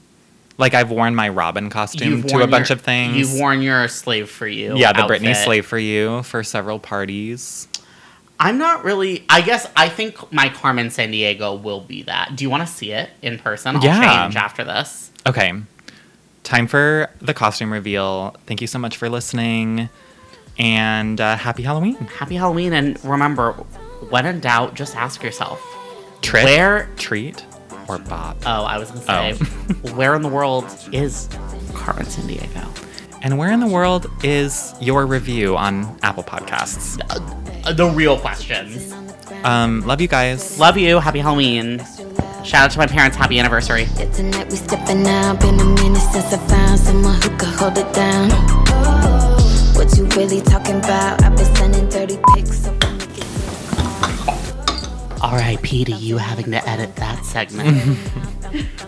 Speaker 3: Like I've worn my Robin costume to a
Speaker 2: worn
Speaker 3: bunch
Speaker 2: your-
Speaker 3: of things.
Speaker 2: You've worn your "Slave for You."
Speaker 3: yeah, the Britney
Speaker 2: outfit.
Speaker 3: Slave for You for several parties.
Speaker 2: I'm not really. I guess I think my Carmen San Diego will be that. Do you want to see it in person? I'll
Speaker 3: Yeah.
Speaker 2: change after this.
Speaker 3: Okay. Time for the costume reveal. Thank you so much for listening and uh, happy Halloween.
Speaker 2: Happy Halloween, and remember, when in doubt, just ask yourself.
Speaker 3: Trick,
Speaker 2: Where?
Speaker 3: treat, or bop.
Speaker 2: Oh, I was gonna say,
Speaker 3: Oh.
Speaker 2: where in the world is Carmen San Diego?
Speaker 3: and where in the world is your review on Apple Podcasts?
Speaker 2: Uh, the real questions.
Speaker 3: Um, love you guys.
Speaker 2: Love you. Happy Halloween. Shout out to my parents. Happy anniversary.
Speaker 5: Yeah, tonight we stepping out. Been a minute since I found someone who could hold it down. Oh, What you really talking about? I've been sending dirty pics. So
Speaker 2: R.I.P. to you having to edit that segment.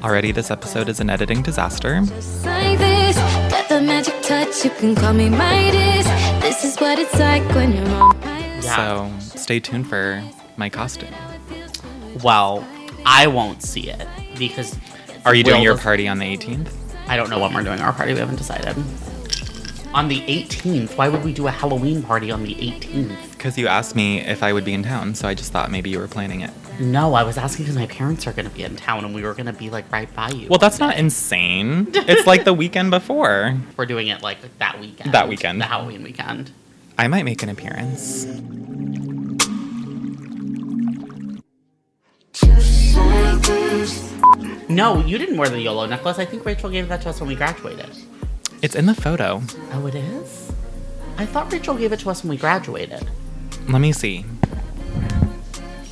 Speaker 3: Already, this episode is an editing disaster.
Speaker 5: like this, got the magic touch. You can call me Midas. This is what it's like when you're on my
Speaker 2: yeah.
Speaker 3: So stay tuned for my costume.
Speaker 2: Well, I won't see it because
Speaker 3: Are you doing
Speaker 2: Will
Speaker 3: your
Speaker 2: does-
Speaker 3: party on the 18th?
Speaker 2: I don't know when we're doing our party. We haven't decided. On the 18th, why would we do a Halloween party on the 18th?
Speaker 3: Because you asked me if I would be in town, so I just thought maybe you were planning it.
Speaker 2: No, I was asking because my parents are going to be in town and we were going to be like right by you.
Speaker 3: Well, that's not insane. It's like the weekend before.
Speaker 2: we're doing it like that weekend.
Speaker 3: That weekend.
Speaker 2: The Halloween weekend.
Speaker 3: I might make an appearance.
Speaker 2: No, you didn't wear the YOLO necklace. I think Rachel gave that to us when we graduated.
Speaker 3: It's in the photo.
Speaker 2: Oh, it is? I thought Rachel gave it to us when we graduated.
Speaker 3: Let me see.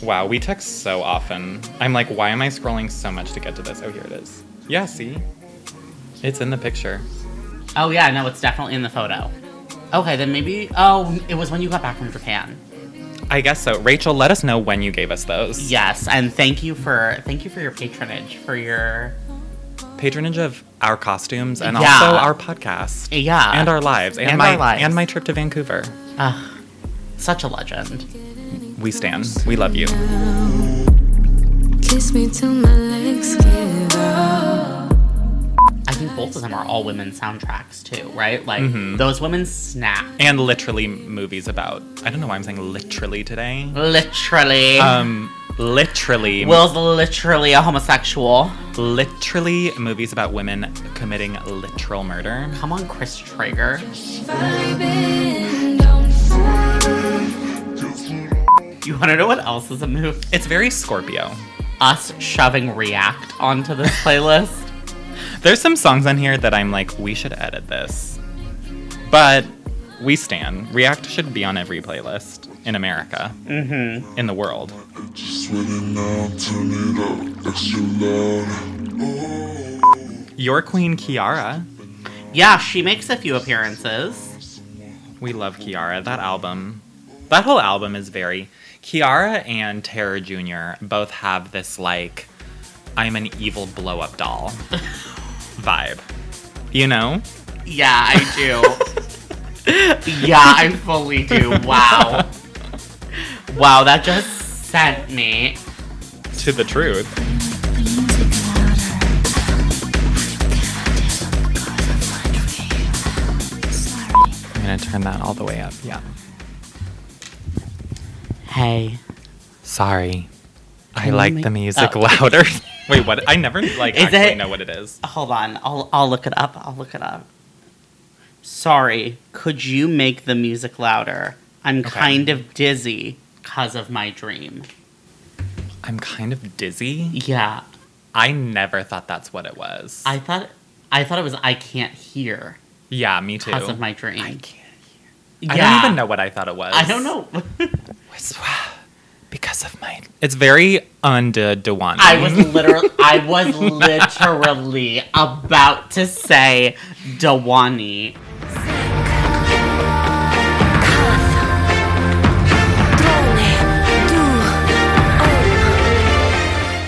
Speaker 3: Wow, we text so often. I'm like, why am I scrolling so much to get to this? Oh, here it is. Yeah, see? It's in the picture.
Speaker 2: Oh, yeah, no, it's definitely in the photo. Okay, then maybe. Oh, it was when you got back from Japan.
Speaker 3: I guess so. Rachel, let us know when you gave us those.
Speaker 2: Yes, and thank you for thank you for your patronage for your
Speaker 3: Patronage of our costumes and
Speaker 2: Yeah.
Speaker 3: also our podcast.
Speaker 2: yeah
Speaker 3: And our lives. And,
Speaker 2: And
Speaker 3: my
Speaker 2: our lives.
Speaker 3: and my trip to Vancouver.
Speaker 2: Ugh, such a legend.
Speaker 3: We stand. We love you.
Speaker 5: Kiss me till my legs give out.
Speaker 2: I think both of them are all women soundtracks too, right? Like those women snap
Speaker 3: And literally movies about I don't know why I'm saying literally today.
Speaker 2: literally.
Speaker 3: Um literally
Speaker 2: Will's literally a homosexual.
Speaker 3: literally movies about women committing literal murder.
Speaker 2: Come on, Chris Traeger.
Speaker 5: Vibing, don't fight it.
Speaker 2: You want to know what else is a move?
Speaker 3: It's very Scorpio.
Speaker 2: Us shoving React onto this playlist.
Speaker 3: There's some songs on here that I'm like, we should edit this. But we stand. React should be on every playlist in America, mm-hmm. in the world. Your queen, Kiara.
Speaker 2: Yeah, she makes a few appearances.
Speaker 3: We love Kiara. That album, that whole album is very. Kiara and Tara Jr. both have this, like, I'm an evil blow up doll vibe. You know?
Speaker 2: Yeah, I do. yeah, I fully do. Wow. Wow, that just sent me.
Speaker 3: To the truth. I'm gonna turn that all the way up. Yeah.
Speaker 2: Hey.
Speaker 3: Sorry. I
Speaker 2: you
Speaker 3: like
Speaker 2: make-
Speaker 3: the music
Speaker 2: Oh.
Speaker 3: louder. Wait, what? I never like
Speaker 2: Is
Speaker 3: actually
Speaker 2: it-
Speaker 3: know what it is.
Speaker 2: Hold on. I'll I'll look it up. I'll look it up. Sorry, could you make the music louder? I'm kind of dizzy cuz of my dream.
Speaker 3: I'm kind of dizzy.
Speaker 2: Yeah.
Speaker 3: I never thought that's what it was.
Speaker 2: I thought I thought it was I can't hear
Speaker 3: yeah, me too.
Speaker 2: cuz of my dream.
Speaker 3: I can't.
Speaker 2: yeah.
Speaker 3: I don't even know what I thought it was.
Speaker 2: I don't know.
Speaker 3: It's- uh, Because of my. It's very under Dewan.
Speaker 2: I was literally I was literally about to say Dawani.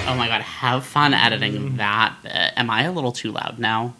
Speaker 2: Oh my god, have fun editing that bit. Am I a little too loud now?